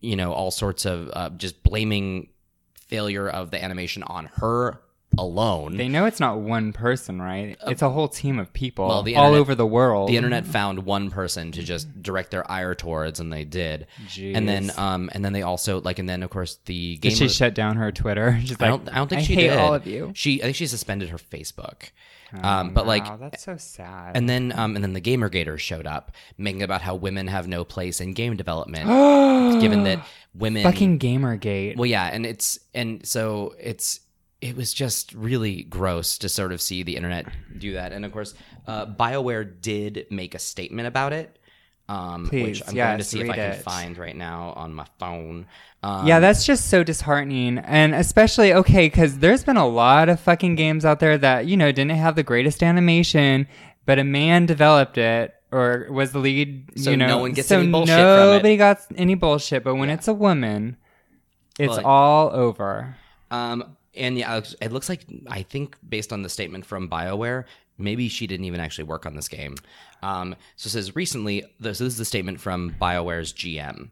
you know, all sorts of uh, just blaming failure of the animation on her alone. They know it's not one person, right? It's a whole team of people Uh, well, the all internet- over the world. the internet found one person to just direct their ire towards, and they did. Jeez. And then, um, and then they also like, and then of course the Did game. she shut down her Twitter? [laughs] She's I like, don't, I don't think she hate did. all of you. She, I think she suspended her Facebook. um, but like, wow, that's so sad. and then, um, and then the Gamergators showed up, making about how women have no place in game development, [gasps] given that women fucking Gamergate. Well, yeah, and it's and so it's it was just really gross to sort of see the internet do that, and of course, uh, Bioware did make a statement about it, um, Please, which I'm going to yes, see if read I can it. find right now on my phone. Um, yeah, that's just so disheartening. And especially, okay, because there's been a lot of fucking games out there that, you know, didn't have the greatest animation, but a man developed it or was the lead, So you know. no one gets so any bullshit from it. Nobody got any bullshit, but when it's a woman, it's Well, all over. Um, and yeah, Alex, it looks like I think based on the statement from BioWare, maybe she didn't even actually work on this game. Um, so it says recently, this, this is the statement from BioWare's GM.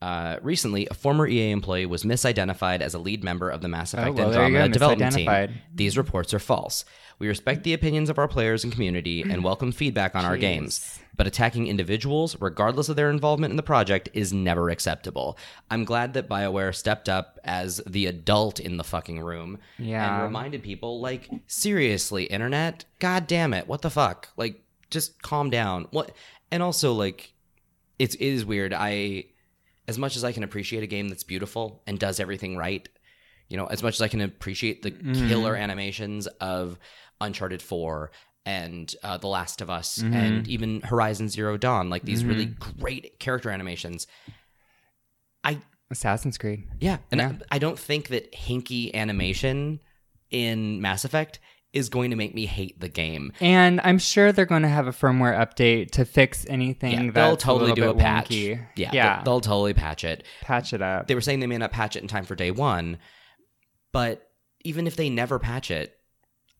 Uh, recently, a former EA employee was misidentified as a lead member of the Mass Effect Oh, well, there you go, Andromeda development misidentified. team. These reports are false. We respect the opinions of our players and community and welcome feedback on our games. But attacking individuals, regardless of their involvement in the project, is never acceptable. I'm glad that BioWare stepped up as the adult in the fucking room and Yeah. reminded people, like, seriously, internet? God damn it. What the fuck? Like, just calm down. What? And also, like, it's, it is weird. I, as much as I can appreciate a game that's beautiful and does everything right, you know, as much as I can appreciate the killer animations of Uncharted 4 and uh, The Last of Us and even Horizon Zero Dawn, like these really great character animations. I, Assassin's Creed. yeah, and Yeah. I, I don't think that hinky animation in Mass Effect is going to make me hate the game. And I'm sure they're going to have a firmware update to fix anything Yeah, that's they'll a totally little do a bit patch. wonky. Yeah, yeah. they'll- they'll totally patch it. patch it up. they were saying they may not patch it in time for day one, but even if they never patch it,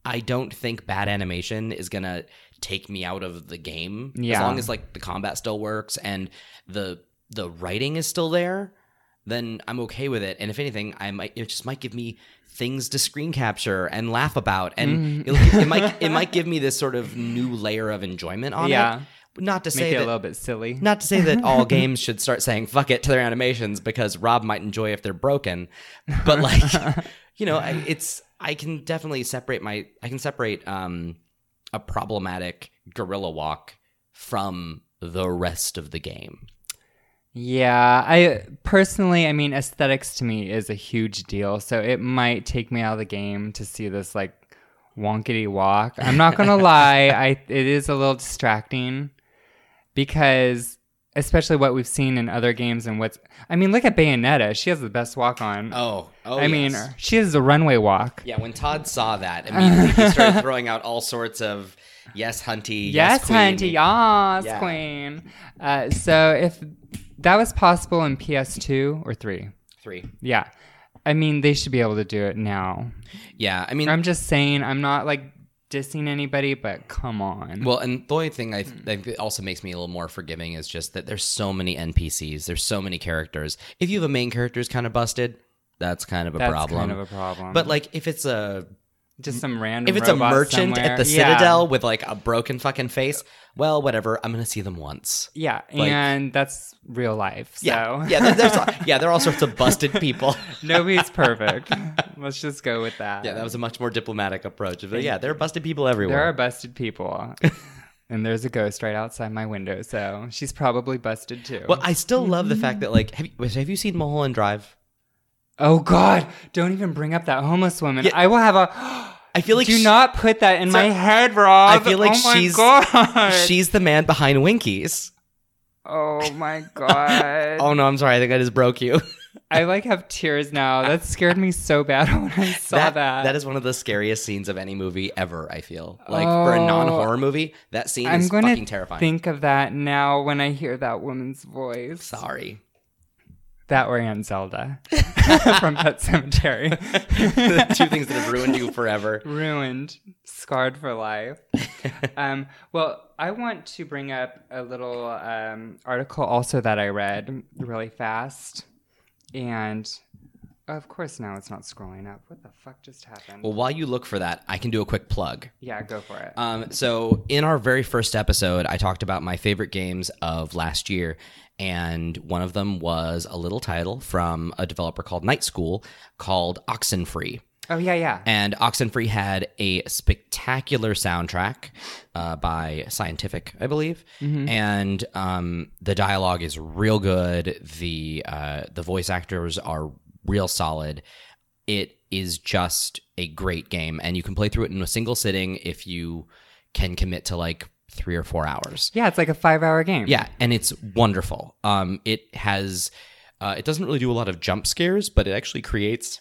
I don't think bad animation is gonna take me out of the game. As Yeah. long as like the combat still works and the the writing is still there, then I'm okay with it. And if anything, I might it just might give me things to screen capture and laugh about, Mm. and it'll, it might it might give me this sort of new layer of enjoyment [laughs] on Yeah. it. Not to Make say it a that little bit silly. not to say [laughs] that all games should start saying fuck it to their animations because Rob might enjoy if they're broken, [laughs] but like, you know, I, it's I can definitely separate my I can separate um a problematic gorilla walk from the rest of the game. Yeah, I personally, I mean, aesthetics to me is a huge deal. So it might take me out of the game to see this like wonkety walk. I'm not [laughs] gonna lie, I it is a little distracting because especially what we've seen in other games and what's I mean, look at Bayonetta. She has the best walk on. Oh, oh, I mean, uh, she has the runway walk. yeah. When Todd saw that, immediately he [laughs] started throwing out all sorts of yes, hunty, Yes, yes, queen." hunty, yes, Yeah. queen. Uh, so if that was possible in PS2 or three, three. Yeah. I mean, they should be able to do it now. Yeah, I mean, I'm just saying, I'm not like dissing anybody, but come on. Well, and the only thing Hmm. I that also makes me a little more forgiving is just that there's so many NPCs, there's so many characters. If you have a main character who's kind of busted, that's kind of a That's problem. kind of a problem. but like if it's a just some random. if it's a robot merchant somewhere- at the Yeah. Citadel with like a broken fucking face, well, whatever. I'm gonna see them once. yeah, like- and that's real life. So Yeah, yeah, there- [laughs] there's all- yeah, there are all sorts of busted people. nobody's perfect. Let's just go with that. Yeah, that was a much more diplomatic approach. But yeah, there are busted people everywhere. There are busted [laughs] people. and there's a ghost right outside my window, so she's probably busted too. Well, I Mm-hmm. still love the fact that like have you, have you seen Mulholland Drive? oh God, don't even bring up that homeless woman. Yeah. I will have a. I feel like Do she- not put that in my head, Rob. I feel like oh my she's God. she's the man behind Winkies. Oh my God. [laughs] Oh no, I'm sorry. I think I just broke you. I like have tears now. That scared me so bad [laughs] when I saw that. that is one of the scariest scenes of any movie ever. I feel like for a non-horror movie, that scene Oh. I'm is going fucking to terrifying. think of that now when I hear that woman's voice. [laughs] sorry. [laughs] That or Aunt Zelda [laughs] from Pet Cemetery. [laughs] the two things that have ruined you forever. Ruined, scarred for [laughs] life. um, well, I want to bring up a little um, article also that I read really fast. And of course, now it's not scrolling up. What the fuck just happened? Well, while you look for that, I can do a quick plug. yeah, go for it. Um, so in our very first episode, I talked about my favorite games of last year, and one of them was a little title from a developer called Night School called Oxenfree. oh, yeah, yeah. And Oxenfree had a spectacular soundtrack uh, by Scientific, I believe, and um, the dialogue is real good. the uh, The voice actors are real solid. It is just a great game, and you can play through it in a single sitting if you can commit to like three or four hours. Yeah, it's like a five hour game. Yeah, and it's wonderful. Um, it has, uh, it doesn't really do a lot of jump scares, but it actually creates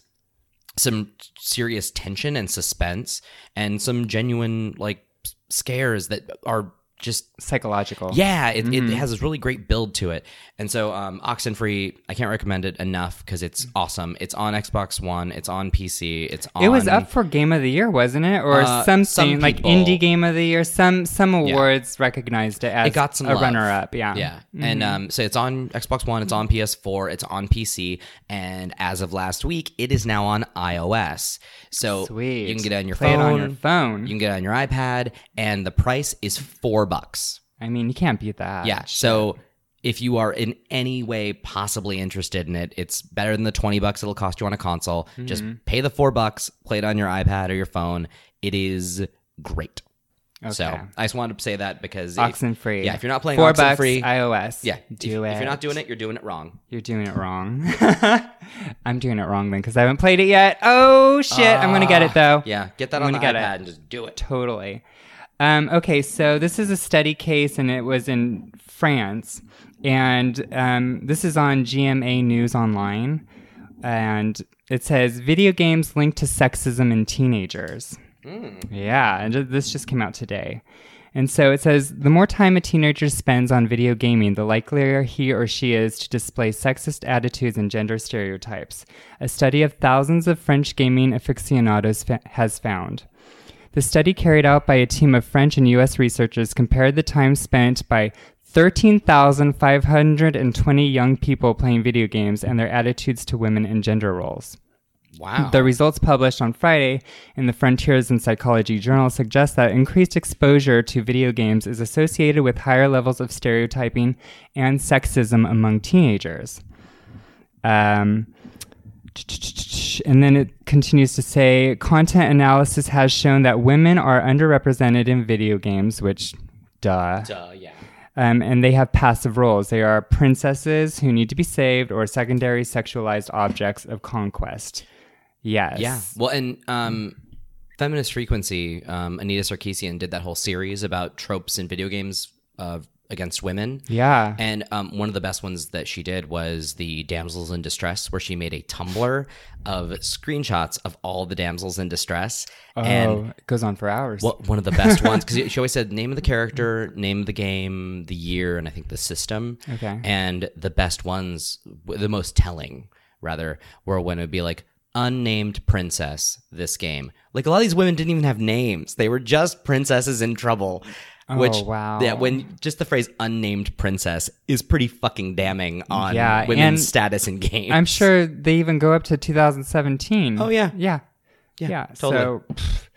some serious tension and suspense, and some genuine like s- scares that are just Psychological. yeah, it, Mm-hmm. it has this really great build to it. And so, um, Oxenfree, I can't recommend it enough because it's awesome. It's on Xbox One, it's on PC, it's on. Mm. It was up for Game of the Year, wasn't it, or Uh, something some like people- Indie Game of the Year? Some some awards recognized it as It got some a love. runner-up. Yeah, Mm-hmm. Yeah. And um, so it's on Xbox One, it's on PS4, it's on PC, and as of last week, it is now on iOS. So sweet. you can get it on your Play phone. It on your phone. You can get it on your iPad, and the price is four bucks. I mean, you can't beat that. Yeah. So if you are in any way possibly interested in it, it's better than the 20 bucks it'll cost you on a console. Just Mm-hmm. pay the four bucks, play it on your iPad or your phone. It is great. Okay. So I just wanted to say that because it- Oxen free. yeah, if you're not playing four bucks Oxenfree- iOS. yeah, do if, it. If you're not doing it, you're doing it wrong. you're doing it wrong. [laughs] I'm doing it wrong then because I haven't played it yet. Oh shit! I'm gonna get it though. Yeah, get that I'm on the gonna get iPad it. and just do it. Totally. Um, okay, so this is a study case, and it was in France, and um, this is on GMA News Online, and it says video games linked to sexism in teenagers. Yeah, and ju- this just came out today. And so it says the more time a teenager spends on video gaming, the likelier he or she is to display sexist attitudes and gender stereotypes. A study of thousands of French gaming aficionados fa- has found. The study carried out by a team of French and U.S. researchers compared the time spent by 13,520 young people playing video games and their attitudes to women and gender roles. Wow. The results published on Friday in the Frontiers in Psychology journal suggest that increased exposure to video games is associated with higher levels of stereotyping and sexism among teenagers. Um, and then it continues to say content analysis has shown that women are underrepresented in video games, which, duh Duh, yeah. um, and they have passive roles. They are princesses who need to be saved or secondary sexualized objects of conquest. Yes. Yeah. Well, and um, Feminist Frequency, um, Anita Sarkeesian did that whole series about tropes in video games uh, against women. Yeah. And um, one of the best ones that she did was the Damsels in Distress, where she made a Tumblr of screenshots of all the damsels in distress. And oh, it goes on for hours. Well, one of [laughs] the best ones because she always said name of the character, name of the game, the year, and I think the system. Okay. And the best ones, w- the most telling, rather, were when it would be like unnamed princess this game. Like a lot of these women didn't even have names. They were just princesses in trouble. Which Oh, wow. yeah, when just the phrase unnamed princess is pretty fucking damning on Yeah, women's and status in games. I'm sure they even go up to 2017. Oh, yeah. yeah, Yeah, yeah. totally. So, pff,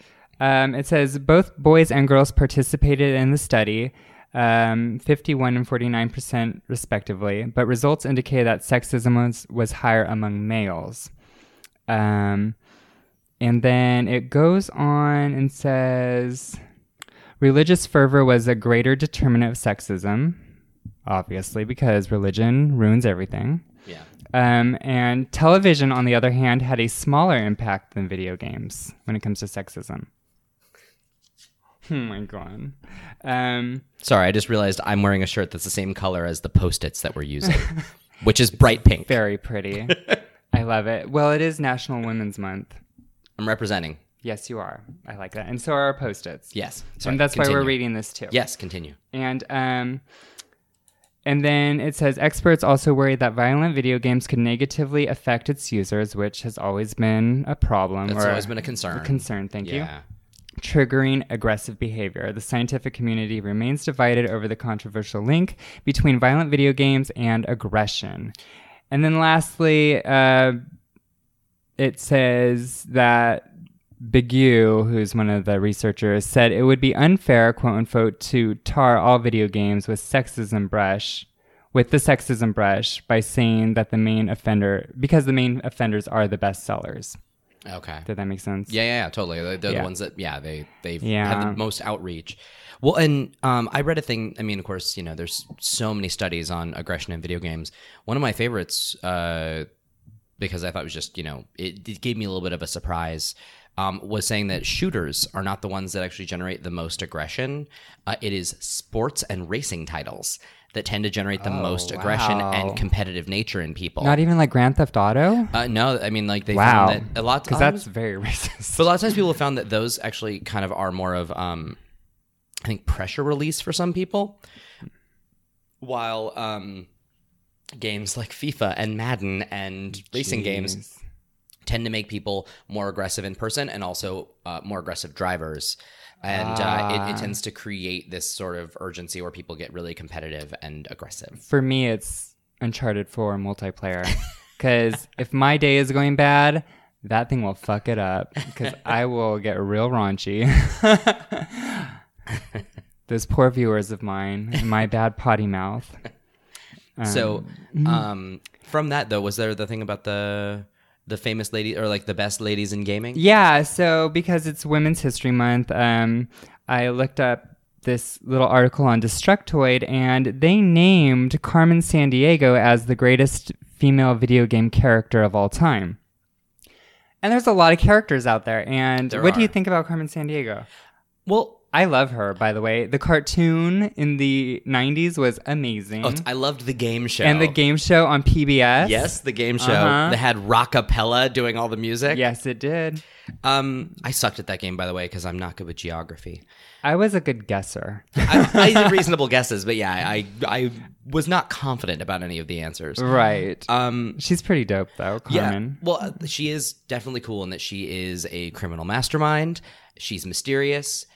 um, it says both boys and girls participated in the study, um, 51 and 49 percent respectively, but results indicate that sexism was was higher among males. Um, and then it goes on and says religious fervor was a greater determinant of sexism, obviously, because religion ruins everything. Yeah. Um, and television, on the other hand, had a smaller impact than video games when it comes to sexism. Oh my god. Um, Sorry, I just realized I'm wearing a shirt that's the same color as the post-its that we're using, [laughs] which is bright pink. very [laughs] pretty. I love it. Well, it is National Women's Month. I'm representing. Yes, you are. I like that. And so are our post-its. Yes. and that's why we're continue. reading this too. Yes, continue. And um and then it says experts also worry that violent video games could negatively affect its users, which has always been a problem. That's or always been a concern. concern. Thank you. yeah. triggering aggressive behavior. The scientific community remains divided over the controversial link between violent video games and aggression. And then lastly, uh, it says that Begu, who's one of the researchers, said it would be unfair, quote unquote, to tar all video games with sexism brush. With the sexism brush by saying that the main offender, because the main offenders are the best sellers. Okay. Did that make sense? Yeah, yeah, yeah, totally. They're, they're the Yeah. ones that, yeah, they they've had Yeah. the most outreach. Well, and um, I read a thing. I mean, of course, you know, there's so many studies on aggression in video games. One of my favorites, uh, because I thought it was just, you know, it, it gave me a little bit of a surprise. Um, was saying that shooters are not the ones that actually generate the most aggression. Uh, it is sports and racing titles that tend to generate the most aggression Oh, wow. and competitive nature in people. Not even like Grand Theft Auto? uh, no, I mean, like they Wow. found that a lot. Because I was- that's very [laughs] racist. Um, But a lot of times people have found that those actually kind of are more of, um, I think, pressure release for some people. While um, games like FIFA and Madden and racing games Jeez. tend to make people more aggressive in person and also uh, more aggressive drivers. And uh, it, it tends to create this sort of urgency where people get really competitive and aggressive. For me, it's Uncharted 4 [laughs] multiplayer. Because if my day is going bad, that thing will fuck it up. Because [laughs] I will get real raunchy. Those poor viewers of mine and my bad potty mouth. so, um, from that though, was there the thing about the the famous lady or like the best ladies in gaming? Yeah, so because it's Women's History Month, um, I looked up this little article on Destructoid, and they named Carmen Sandiego as the greatest female video game character of all time. And there's a lot of characters out there. And There what do you are. think about Carmen Sandiego? Well, I love her, by the way. The cartoon in the 90s was amazing. Oh, it's- I loved the game show. Mm-hmm. and the game show on PBS. Yes, the game show Uh-huh. that had Rockapella doing all the music. Yes, it did. Um, I sucked at that game, by the way, because I'm not good with geography. I was a good guesser. [laughs] I, I did reasonable guesses, but yeah, I I was not confident about any of the answers. right. Um, She's pretty dope though, yeah. Carmen. Well, uh, she is definitely cool in that she is a criminal mastermind. She's mysterious,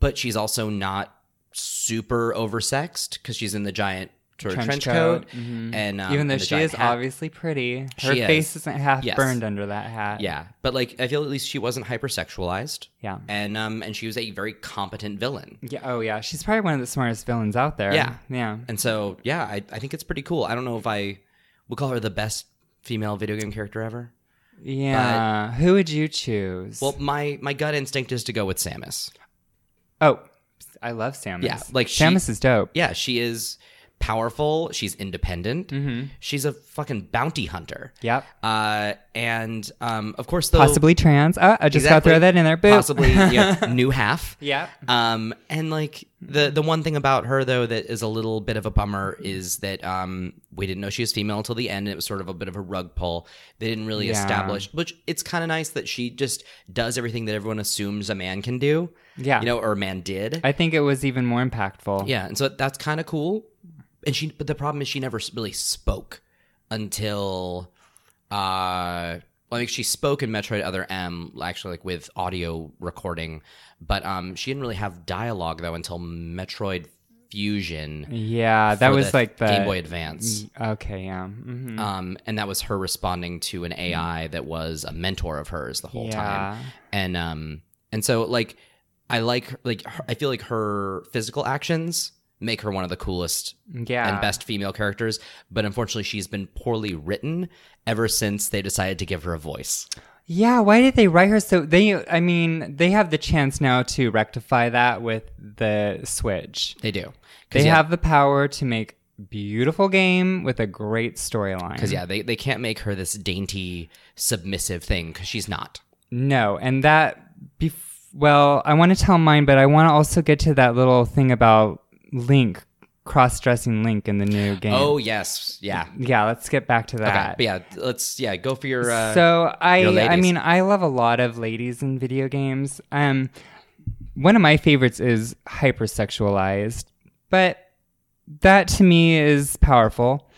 but she's also not super oversexed because she's in the giant sort of trench, Trench coat, coat, mhm. and um, Even though and the she is giant hat. obviously pretty, her She is. face is. not half Yes. burned under that hat. Yeah, but like I feel at least she wasn't hypersexualized. Yeah. and um, and she was a very competent villain. Yeah. Oh yeah. She's probably one of the smartest villains out there. Yeah. Yeah. And so yeah, I, I think it's pretty cool. I don't know if I would call her the best female video game character ever. Yeah. Who would you choose? Well, my my gut instinct is to go with Samus. oh, I love Samus. Yeah, like she- Samus is dope. Yeah, she is powerful. She's independent. Mm-hmm. She's a fucking bounty hunter. Yep. Uh, and um, of course, though, Possibly trans. Uh, I just got to Exactly. throw that in there. Boop. [laughs] possibly yeah, new half. Yeah. Um, and like the the one thing about her though that is a little bit of a bummer is that um we didn't know she was female until the end. And it was sort of a bit of a rug pull. They didn't really Yeah. establish, which it's kind of nice that she just does everything that everyone assumes a man can do. Yeah. you know, or a man did. I think it was even more impactful. yeah, and so that's kind of cool. And she, but the problem is she never s- really spoke until uh like she spoke in Metroid Other M, actually like with audio recording, but um, she didn't really have dialogue though until Metroid Fusion. Yeah, that for was like the Mm-hmm. Game Boy Advance. Okay, yeah. hmm Um, and that was her responding to an AI that was a mentor of hers the whole time. Mm-hmm. Yeah. And um, and so like, I like like her, I feel like her physical actions make her one of the coolest yeah. and best female characters. But unfortunately, she's been poorly written ever since they decided to give her a voice. Yeah, why did they write her so they I mean, they have the chance now to rectify that with the Switch. They do. They yeah, have the power to make beautiful game with a great storyline. Because yeah, they, they can't make her this dainty, submissive thing because she's not. No, and that bef- well, I want to tell mine, but I want to also get to that little thing about Link cross-dressing Link in the new game. Oh yes, yeah. yeah, let's get back to Okay, that. but yeah, let's yeah go for your. Uh, so I, your ladies. I mean, I love a lot of ladies in video games. Um, one of my favorites is hypersexualized, but that to me is powerful,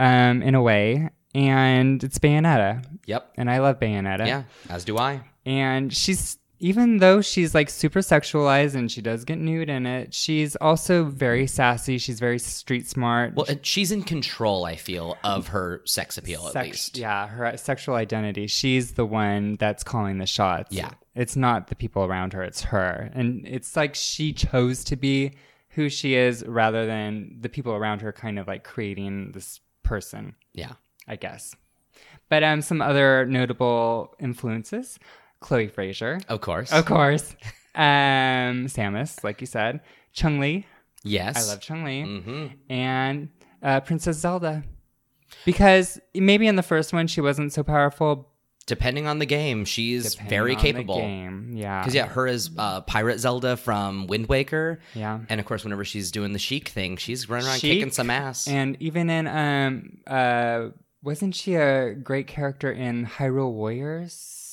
um, in a way, and it's Bayonetta, yep. and I love Bayonetta. Yeah, as do I. and she's even though she's like super sexualized and she does get nude in it, she's also very sassy. She's very street smart. Well, and she's in control. I feel of her sex appeal at Sex- least. Yeah, her uh, sexual identity. She's the one that's calling the shots. Yeah. It's not the people around her, it's her. And it's like she chose to be who she is rather than the people around her kind of like creating this person, Yeah. I guess. But um some other notable influences. Chloe Frazier, Of course. of course. [laughs] um Samus, like you said. Chung Li. I Yes. love Chung Li hmm and uh, Princess Zelda. Because maybe in the first one she wasn't so powerful. Depending on the game, she's depending very on the capable. game. Yeah. Because yeah, her is uh, Pirate Zelda from Wind Waker, Yeah. and of course, whenever she's doing the chic thing, she's running around Sheik, kicking some ass. And even in um uh wasn't she a great character in Hyrule Warriors?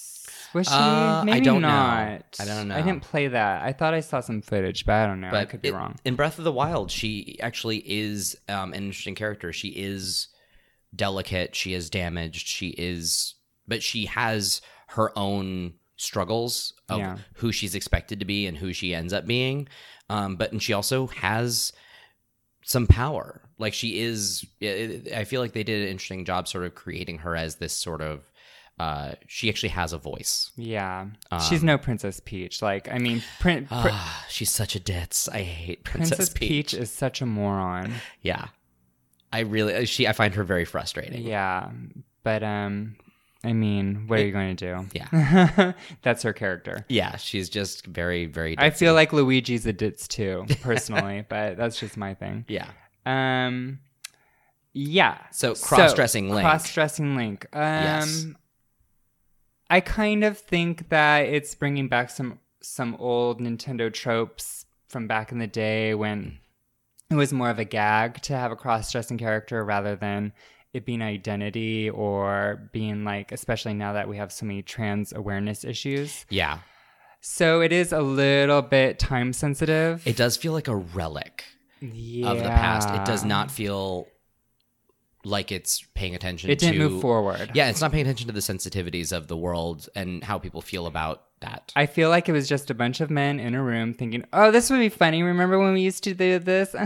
Was she? Uh, I maybe don't know. not. I don't I know. didn't play that. I thought I saw some footage, but I don't know. I But could be it- wrong. In Breath of the Wild, she actually is um, an interesting character. She is delicate. She is damaged. She is, but she has her own struggles of Yeah. who she's expected to be and who she ends up being. Um, but and she also has some power. Like she is. It, it- I feel like they did an interesting job, sort of creating her as this sort of. Uh, she actually has a voice. Yeah. Um, She's no Princess Peach. Like, I mean, Prin- Pr- Ah, she's such a ditz. I hate Princess, Princess Peach. Peach is such a moron. Yeah. I really uh, she I find her very frustrating. Yeah, but um, I mean, what are you going to do? Yeah, [laughs] that's her character. Yeah, she's just very very I feel like Luigi's a ditz too, personally, but that's just my thing. Yeah. Um, yeah. So cross-dressing Link. Cross-dressing Link. Um, Yes. I kind of think that it's bringing back some some old Nintendo tropes from back in the day when it Mm. was more of a gag to have a cross-dressing character rather than it being identity or being like especially now that we have so many trans awareness issues Yeah. so it is a little bit time sensitive It does feel like a relic yeah. of the past. It does not feel like it's paying attention it didn't to move forward Yeah, it's not paying attention to the sensitivities of the world and how people feel about that. I feel like it was just a bunch of men in a room thinking, "Oh, this would be funny. Remember when we used to do this? [laughs]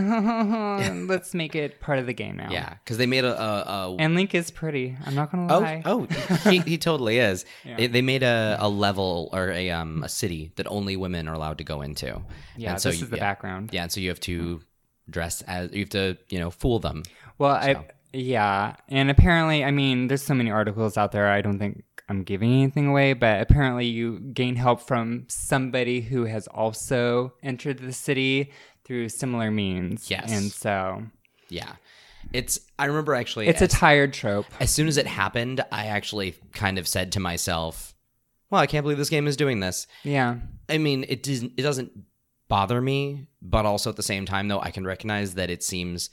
Let's make it part of the game now." yeah, cuz they made a, a, a And Link is pretty. I'm not gonna Oh, lie. oh, he, he totally is. Yeah. They, they made a, a level or a um a city that only women are allowed to go into. yeah. and so this you- is the yeah. background. Yeah, and so you have to Mm-hmm. dress as you have to, you know, fool them. Well, So. I yeah, and apparently, I mean, there's so many articles out there. I don't think I'm giving anything away, but apparently, you gain help from somebody who has also entered the city through similar means. Yes. and so Yeah. It's I remember actually it's a as, tired trope. as soon as it happened, I actually kind of said to myself, "Well, I can't believe this game is doing this." Yeah, I mean, it doesn't it doesn't bother me, but also at the same time though, I can recognize that it seems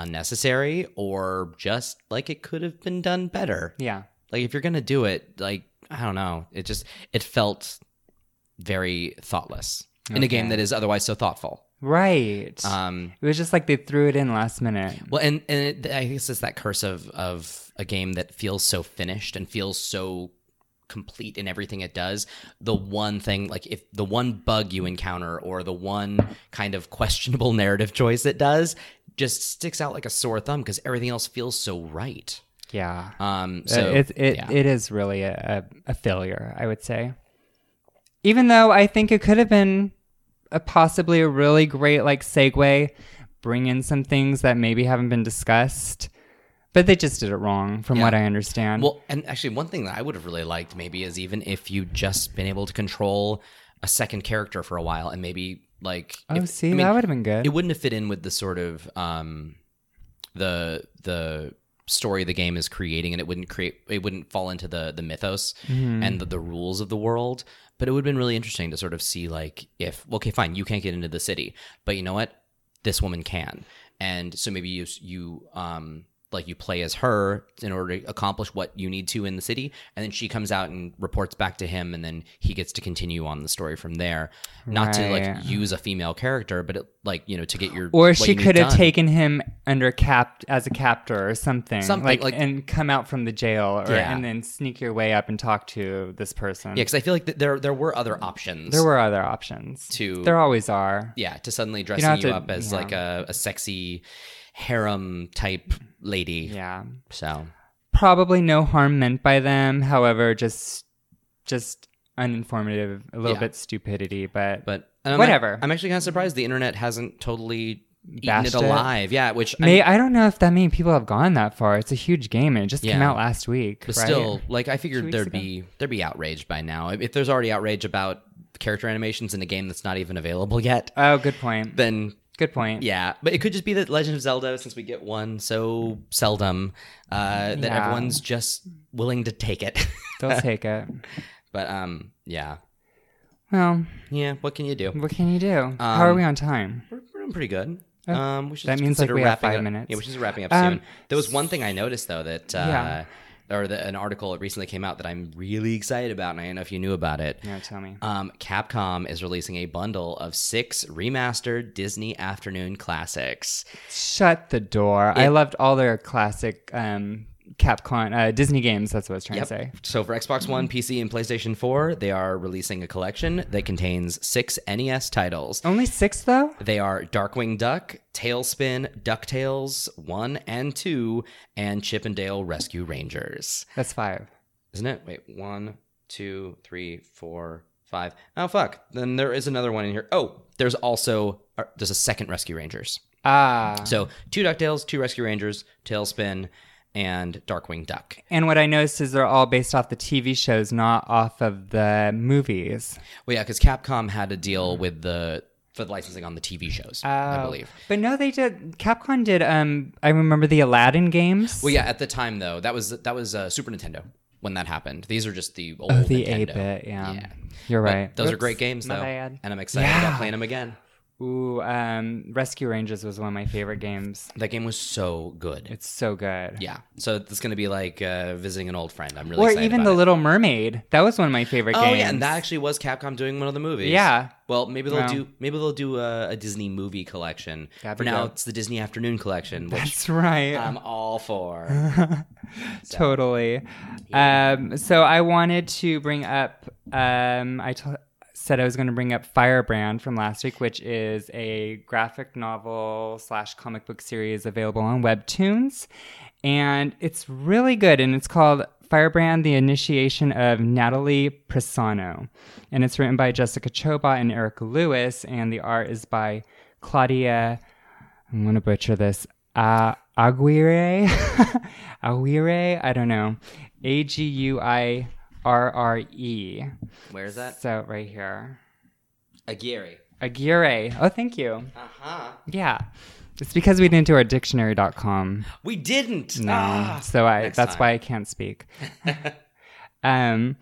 unnecessary or just like it could have been done better. yeah. like if you're gonna do it like i don't know it just it felt very thoughtless in a game Okay. that is otherwise so thoughtful Right. um It was just like they threw it in last minute. well and and it, i guess it's that curse of of a game that feels so finished and feels so complete in everything it does the one thing like if the one bug you encounter or the one kind of questionable [laughs] narrative choice it does just sticks out like a sore thumb because everything else feels so right Yeah. um so it Uh, it, yeah. it is really a, a, a failure, I would say. Even though I think it could have been a possibly a really great like segue, bring in some things that maybe haven't been discussed, but they just did it wrong, from what I understand. Well, and actually, one thing that I would have really liked maybe is even if you just been able to control a second character for a while, and maybe like oh, if- see, I mean, that would have been good. it wouldn't have fit in with the sort of um, the the story the game is creating, and it wouldn't create it wouldn't fall into the the mythos Mm-hmm. Mm. and the, the rules of the world. But it would have been really interesting to sort of see like if okay, fine, you can't get into the city, but you know what, this woman can, and so maybe you you um like you play as her in order to accomplish what you need to in the city and then she comes out and reports back to him and then he gets to continue on the story from there not to Right. like use a female character but it, like you know to get your or what she you need could have done. taken him under cap as a captor or something, Something, like, like- and come out from the jail, or, Yeah. and then sneak your way up and talk to this person. yeah because i feel like th- there there were other options there were other options. to There always are. yeah to suddenly dressing have you, to- up as yeah. like a, a sexy harem type lady Yeah. so Probably no harm meant by them. However, just just uninformative, a little Yeah. bit stupidity, but, but and I'm- Whatever. i'm actually kind of surprised the internet hasn't totally eaten Bashed it it. alive yeah which I may I don't know if that many people have gone that far. It's a huge game and it just came Yeah. out last week. But right? still, like I Two figured weeks there'd ago. be there'd be outrage by now. If if there's already outrage about character animations in a game that's not even available yet, Oh, good point. then Good point. yeah. But it could just be that Legend of Zelda, since we get one so seldom, uh, that Yeah. everyone's just willing to take it. [laughs] They'll take it. but um, yeah, Well, yeah. What can you do? what can you do? How are Um, we on time? We're, we're doing pretty good. Um, we should Oh, that just means, like, consider we have wrapping five up- minutes. Yeah, we should just wrapping up Um, soon. There was one thing I noticed though that. Uh, Yeah. Or the, an article that recently came out that I'm really excited about, and I don't know if you knew about it. Yeah, tell me. Um, Capcom is releasing a bundle of six remastered Disney afternoon classics. Shut the door. I loved all their classic um, Capcom, uh, Disney games. That's what I was trying to say. So for Mm. Xbox One, PC, and PlayStation 4, they are releasing a collection that contains six NES titles. Only six, though? They are Darkwing Duck, Tailspin, DuckTales 1 and 2, and Chip and Dale Rescue Rangers. That's five. Isn't it? Wait, one, two, three, four, five. Oh, fuck. Then there is another one in here. Oh, there's also, uh, there's a second Rescue Rangers. Ah. So two Ducktales, two Rescue Rangers, Tailspin, and Darkwing Duck. And what I noticed is they're all based off the TV shows, not off of the movies. Well, yeah, because Capcom had a deal with the for the licensing on the TV shows, I Mm-hmm. Oh. believe. But no, they did. Capcom did. Um, I remember the Aladdin games. Well, yeah, at the time though, that was that was uh, Super Nintendo when that happened. These are just the old oh, the A Nintendo. bit. Yeah. Yeah. you're But right. Those are Whoops, great games my though, bad. and I'm excited about Yeah. playing them again. Ooh, um, Rescue Rangers was one of my favorite games. That game was so good. It's so good. yeah, so it's going to be like uh, visiting an old friend. I'm really Or excited even about the it. Little Mermaid. That was one of my favorite Oh games. [laughs] yeah, and that actually was Capcom doing one of the movies. Yeah. Well, maybe they'll Wow. do maybe they'll do a, a Disney movie collection. That'd for be now, dope. it's the Disney [laughs] Afternoon collection, which That's right. I'm [laughs] all for. totally. Um, so I wanted to bring up. Um, I t- said I was going to bring up Firebrand from last week, which is a graphic novel slash comic book series available on Webtoons, and it's really good. And it's called Firebrand: The Initiation of Natalie Prisano, and it's written by Jessica Chobot and Eric Lewis, and the art is by Claudia. I'm gonna butcher this. Uh, Aguirre, [laughs] Aguirre. I don't know. A G U I R R E. Where is that? So right here, Aguirre. Aguirre. Oh, thank you. Uh huh. Yeah, it's because we didn't do our dictionary.com. We didn't. No, Ah. Mm-hmm. so I. next That's time. why I can't [laughs] speak. um,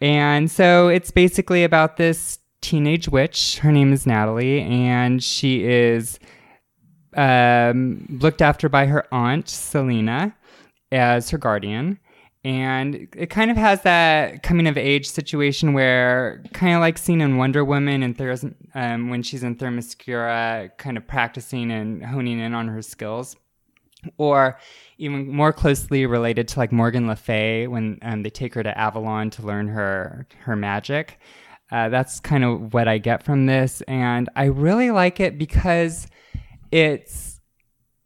and so it's basically about this teenage witch. Her name is Natalie, and she is um, looked after by her aunt Selena as her guardian. And it kind of has that coming of age situation where, kind of like seen in Wonder Woman and Thermos, um, when she's in Thermoscura, kind of practicing and honing in on her skills. or even more closely related to like Morgan Le Fay when um, they take her to Avalon to learn her her magic. Uh, that's kind of what I get from this, and I really like it because it's.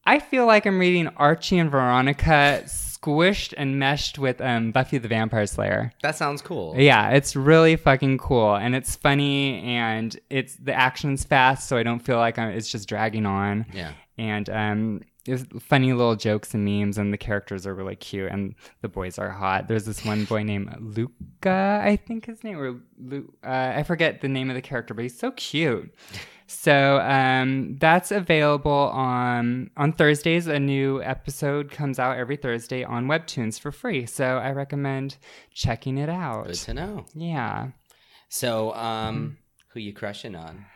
I feel like I'm reading Archie and Veronica squished and meshed with um, Buffy the Vampire Slayer. That sounds cool. Yeah, it's really fucking cool, and it's funny, and it's the action's fast, so I don't feel like I'm, it's just dragging on Yeah. and um there's funny little jokes and memes and the characters are really cute and the boys are hot there's this one boy named luca i think his name or Lu- uh, i forget the name of the character but he's so cute so um, that's available on on thursdays a new episode comes out every thursday on webtoons for free so i recommend checking it out Good to know. yeah So, um, who you crushing on?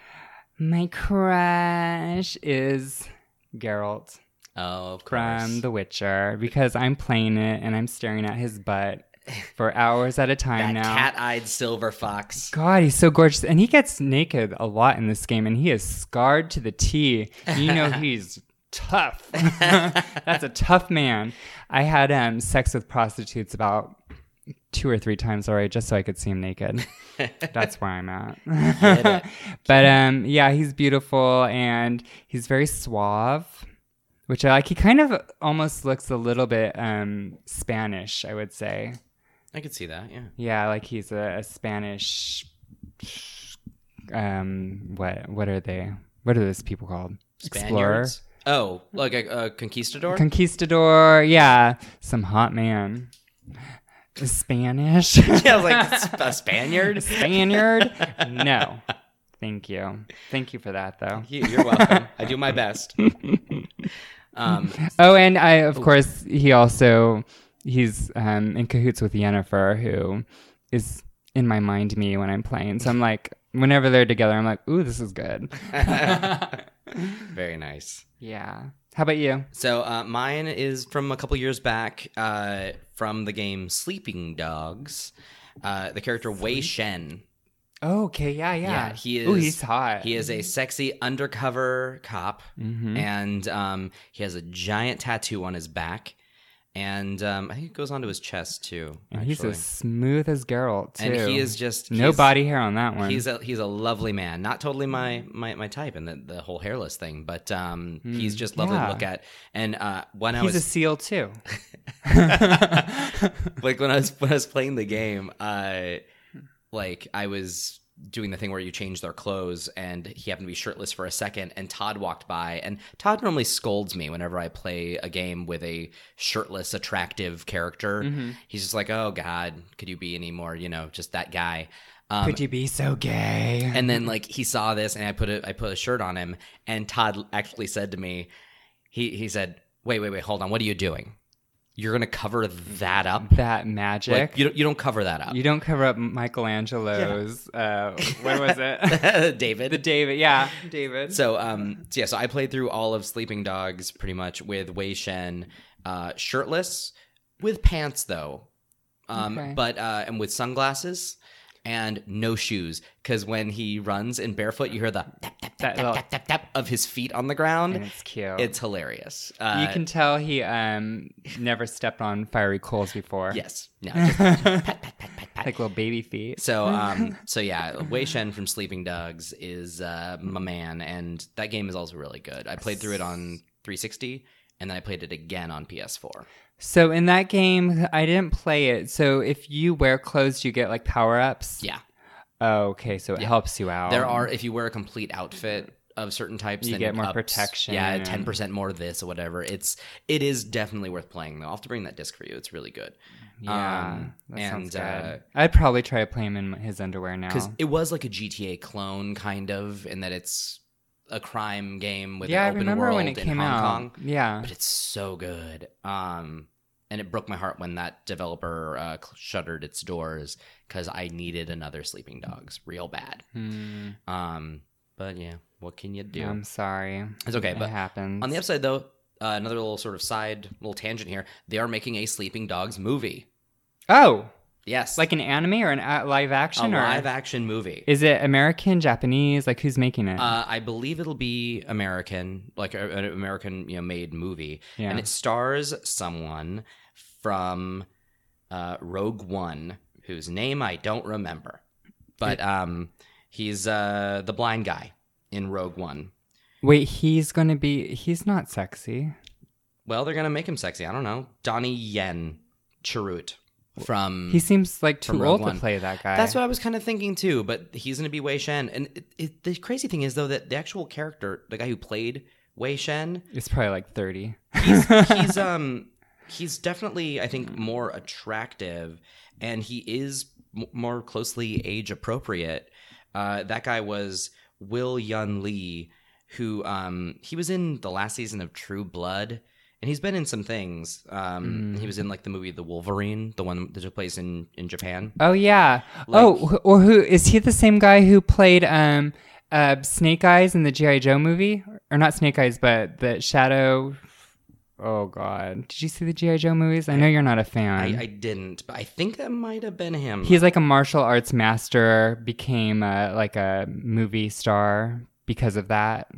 my crush is Geralt. Oh, of course. from The Witcher because I'm playing it and I'm staring at his butt for hours at a that time now. cat-eyed [laughs] silver fox. [laughs] God, he's so gorgeous. And he gets naked a lot in this game and he is scarred to the T. You know he's tough. [laughs] That's a tough man. I had um sex with prostitutes about two or three times already just so I could see him naked. That's where I'm [laughs] Get at. [laughs] but um yeah, he's beautiful and he's very suave. Which I like. He kind of almost looks a little bit um, Spanish, I would say. I could see that. Yeah. Yeah, like he's a, a Spanish. Um, what what are they? What are those people called? Spaniards. Oh, like a, a conquistador. conquistador. Yeah, some hot man. [laughs] Spanish. [laughs] yeah, I was like "Sp- [laughs] a Spaniard. Spaniard. No, thank you, thank you for that though. You- You're welcome. I do my best. Um, Oh, and I of course he also he's um, in cahoots with Yennefer, who is in my mind me when I'm playing. [laughs] So I'm like, whenever they're together, I'm like, ooh, this is good. [laughs] very nice. Yeah. How about you? So uh, mine is from a couple years back uh, from the game Sleeping Dogs. Uh, the character Wei Shen. Oh, okay. Yeah, yeah. Yeah, he Ooh, is- he's hot. He is a sexy undercover cop, Mhm. and um, he has a giant tattoo on his back, and um, I think it goes onto his chest too. And he's actually. as smooth as Geralt too. and he is just no he's- body hair on that one. He's a he's a lovely man. Not totally my my, my type, and the, the whole hairless thing, but um, he's just lovely Hmm, yeah. to look at. And uh, when I He's was a seal [laughs] too. [laughs] like when I was when I was playing the game, uh, like I was doing the thing where you change their clothes, and he happened to be shirtless for a second, and Todd walked by, and Todd normally scolds me whenever I play a game with a shirtless, attractive character. Mm-hmm. He's just like, "Oh God, could you be any more? You know, just that guy." Um, Could you be so gay? and then like he saw this and I put a I put a shirt on him and Todd actually said to me he he said wait wait wait hold on what are you doing you're gonna cover that up that magic. like you don't, you don't cover that up Uh, You don't cover up Michelangelo's. [laughs] Uh, what was it? [laughs] David the David. Yeah, David. so um so yeah so I played through all of Sleeping Dogs pretty much with Wei Shen uh, shirtless with pants though um Okay. but uh and with sunglasses and no shoes because when he runs in barefoot you hear the tap tap That tap little- tap tap tap, tap of his feet on the ground and um, it's cute. It's hilarious. Uh, Oh. you can tell he um never stepped on fiery coals before. yes, [laughs] no. just- like little baby feet. [laughs] so um, so yeah, Wei Shen from Sleeping Dogs is uh, my man, and that game is also really good. I played through it on 360, and then I played it again on PS4. So in that game, I didn't play it. So if you wear clothes, you get like power ups. Yeah, Oh, okay, so it helps you out. there are if you wear a complete outfit of certain types, Oh. You then get it more ups- protection Yeah, and- ten percent more this or whatever. It's it is definitely worth playing though. I'll have to bring that disc for you. It's really good. Yeah, um, that sounds good. and, uh, I'd probably try to play him in his underwear now. because it was like a GTA clone, kind of, in that it's a crime game with yeah, I an open remember world when it in came Hong out. Kong. [laughs] Yeah. But it's so good, um, and it broke my heart when that developer uh, cl- shuttered its doors because I needed another Sleeping Dogs real bad. Hmm, Um, but yeah, what can you do? I'm sorry. it's okay. it But happens. on the upside, though, uh, another little sort of side little tangent here. They are making a Sleeping Dogs movie. oh, Yes, Like an anime or an a- live a action or live action movie. is it American, Japanese? Like who's making it? Uh, I believe it'll be American, like a- an American, you know, made movie, Yeah. and it stars someone from uh, Rogue One, whose name I don't remember, but um, he's uh, the blind guy in Rogue One. Wait, he's gonna be he's not sexy. Well, they're gonna make him sexy. I don't know. Donnie Yen Chirrut from He seems like Mm. From too Rogue old One. to play that guy. That's what I was kind of thinking too, but he's going to be Wei Shen. And it, it, the crazy thing is, though, that the actual character, the guy who played Wei Shen, it's probably like thirty. [laughs] he's um he's definitely I think more attractive, and he is m- more closely age appropriate. Uh, that guy was Will Yun Lee, who um he was in the last season of True Blood. And he's been in some things. Um, Mm. He was in like the movie The Wolverine, the one that took place in, in Japan. Oh yeah. Like- oh, wh- or who is he? The same guy who played um, uh, Snake Eyes in the GI Joe movie, or not Snake Eyes, but the Shadow. Oh God, did you see the GI Joe movies? I know you're not a I, fan. I didn't, but I think that might have been him. He's like a martial arts master, became uh like a movie star because of that.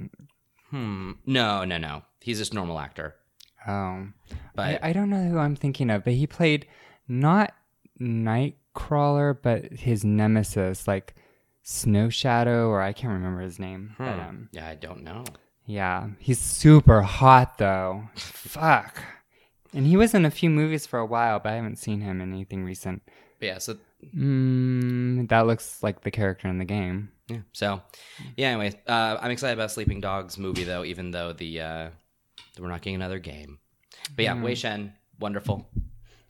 hmm. No, no, no. He's just a normal actor. Oh, I, But I don't know who I'm thinking of, but he played not Nightcrawler, but his nemesis, like Snow Shadow, or I can't remember his name. But, hmm. um, yeah, I don't know. Yeah, he's super hot though. Fuck. And he was in a few movies for a while, but I haven't seen him in anything recent. But yeah, so Mm, that looks like the character in the game. Yeah. So, yeah. Anyway, uh, I'm excited about Sleeping Dogs movie though, even though the uh, we're not getting another game. But Mm. yeah, Wei Shen, wonderful,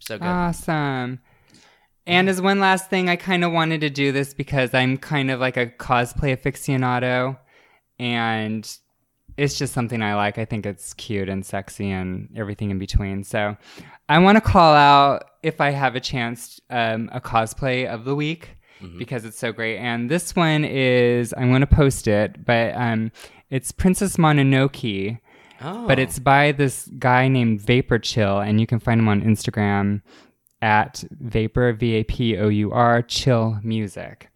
so good. Uh, Awesome. And as one last thing, I kind of wanted to do this because I'm kind of like a cosplay aficionado, and it's just something I like. I think it's cute and sexy and everything in between. So I want to call out, if I have a chance, um, a cosplay of the week Mm-hmm. because it's so great. And this one is, I'm going to post it, but um, it's Princess Mononoke oh, but it's by this guy named Vapor Chill, and you can find him on Instagram at Vapor V A P O U R Chill Music.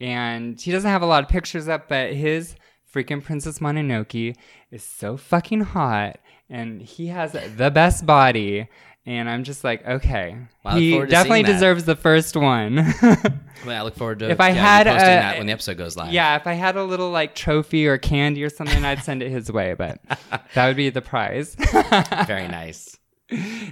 And he doesn't have a lot of pictures up, but his freaking Princess Mononoke is so fucking hot, and he has the best body. And I'm just like, okay, Well, I look he forward to definitely seeing that. deserves the first one. [laughs] I, mean, I look forward to if I yeah, you had posting a- that when the episode goes live. yeah, [laughs] if I had a little like trophy or candy or something, I'd send it his way, [laughs] but that would be the prize. [laughs] very nice.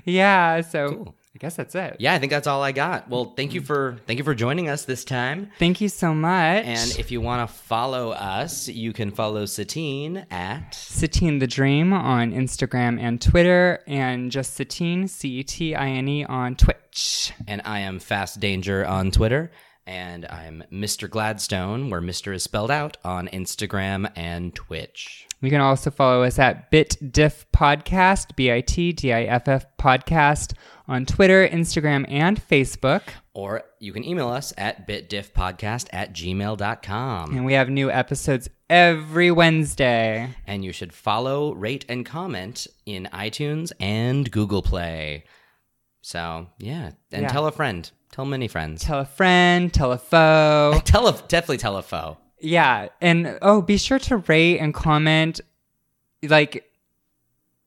Yeah, so Cool. I guess that's it. Yeah, I think that's all I got. Well, thank you for thank you for joining us this time. Thank you so much. And if you want to follow us, you can follow Satine at Satine the Dream on Instagram and Twitter, and just Satine, C E T I N E, on Twitch. and I am Fast Danger on Twitter. And I'm Mr. Gladstone, where Mr. is spelled out on Instagram and Twitch. You can also follow us at BitDiff Podcast, B I T D I F F Podcast, on Twitter, Instagram, and Facebook. Or you can email us at bitdiffpodcast at gmail.com. And we have new episodes every Wednesday. And you should follow, rate, and comment in iTunes and Google Play. So, yeah. And Yeah. tell a friend. Tell many friends. Tell a friend, tell a foe. [laughs] Tell a, definitely tell a foe. Yeah, and oh, be sure to rate and comment. Like,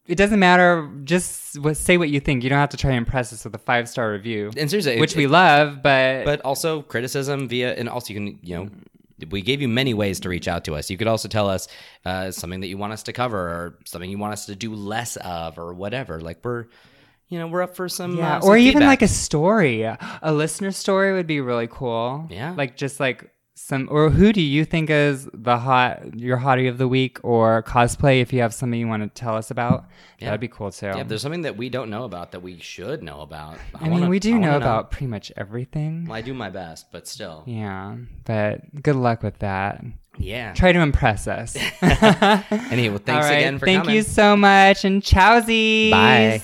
it doesn't matter. Just what, say what you think. You don't have to try to impress us with a five star review, And seriously, which it- we love. But, but also criticism via and also you can you know we gave you many ways to reach out to us you could also tell us uh, something that you want us to cover or something you want us to do less of or whatever like we're you know we're up for some yeah, uh, some or even feedback. like a story, a listener story would be really cool. Yeah. like just like some. Or who do you think is the hot your hottie of the week or cosplay? If you have something you want to tell us about, that'd be cool too. yeah, if there's something that we don't know about that we should know about I, mean, wanna- we I do wanna know about pretty much everything. well, I do my best but still Yeah, but good luck with that. yeah Try to impress us. anyway well, [laughs] All [laughs] thanks right, again for Thank coming you so much, and chowsies. Bye.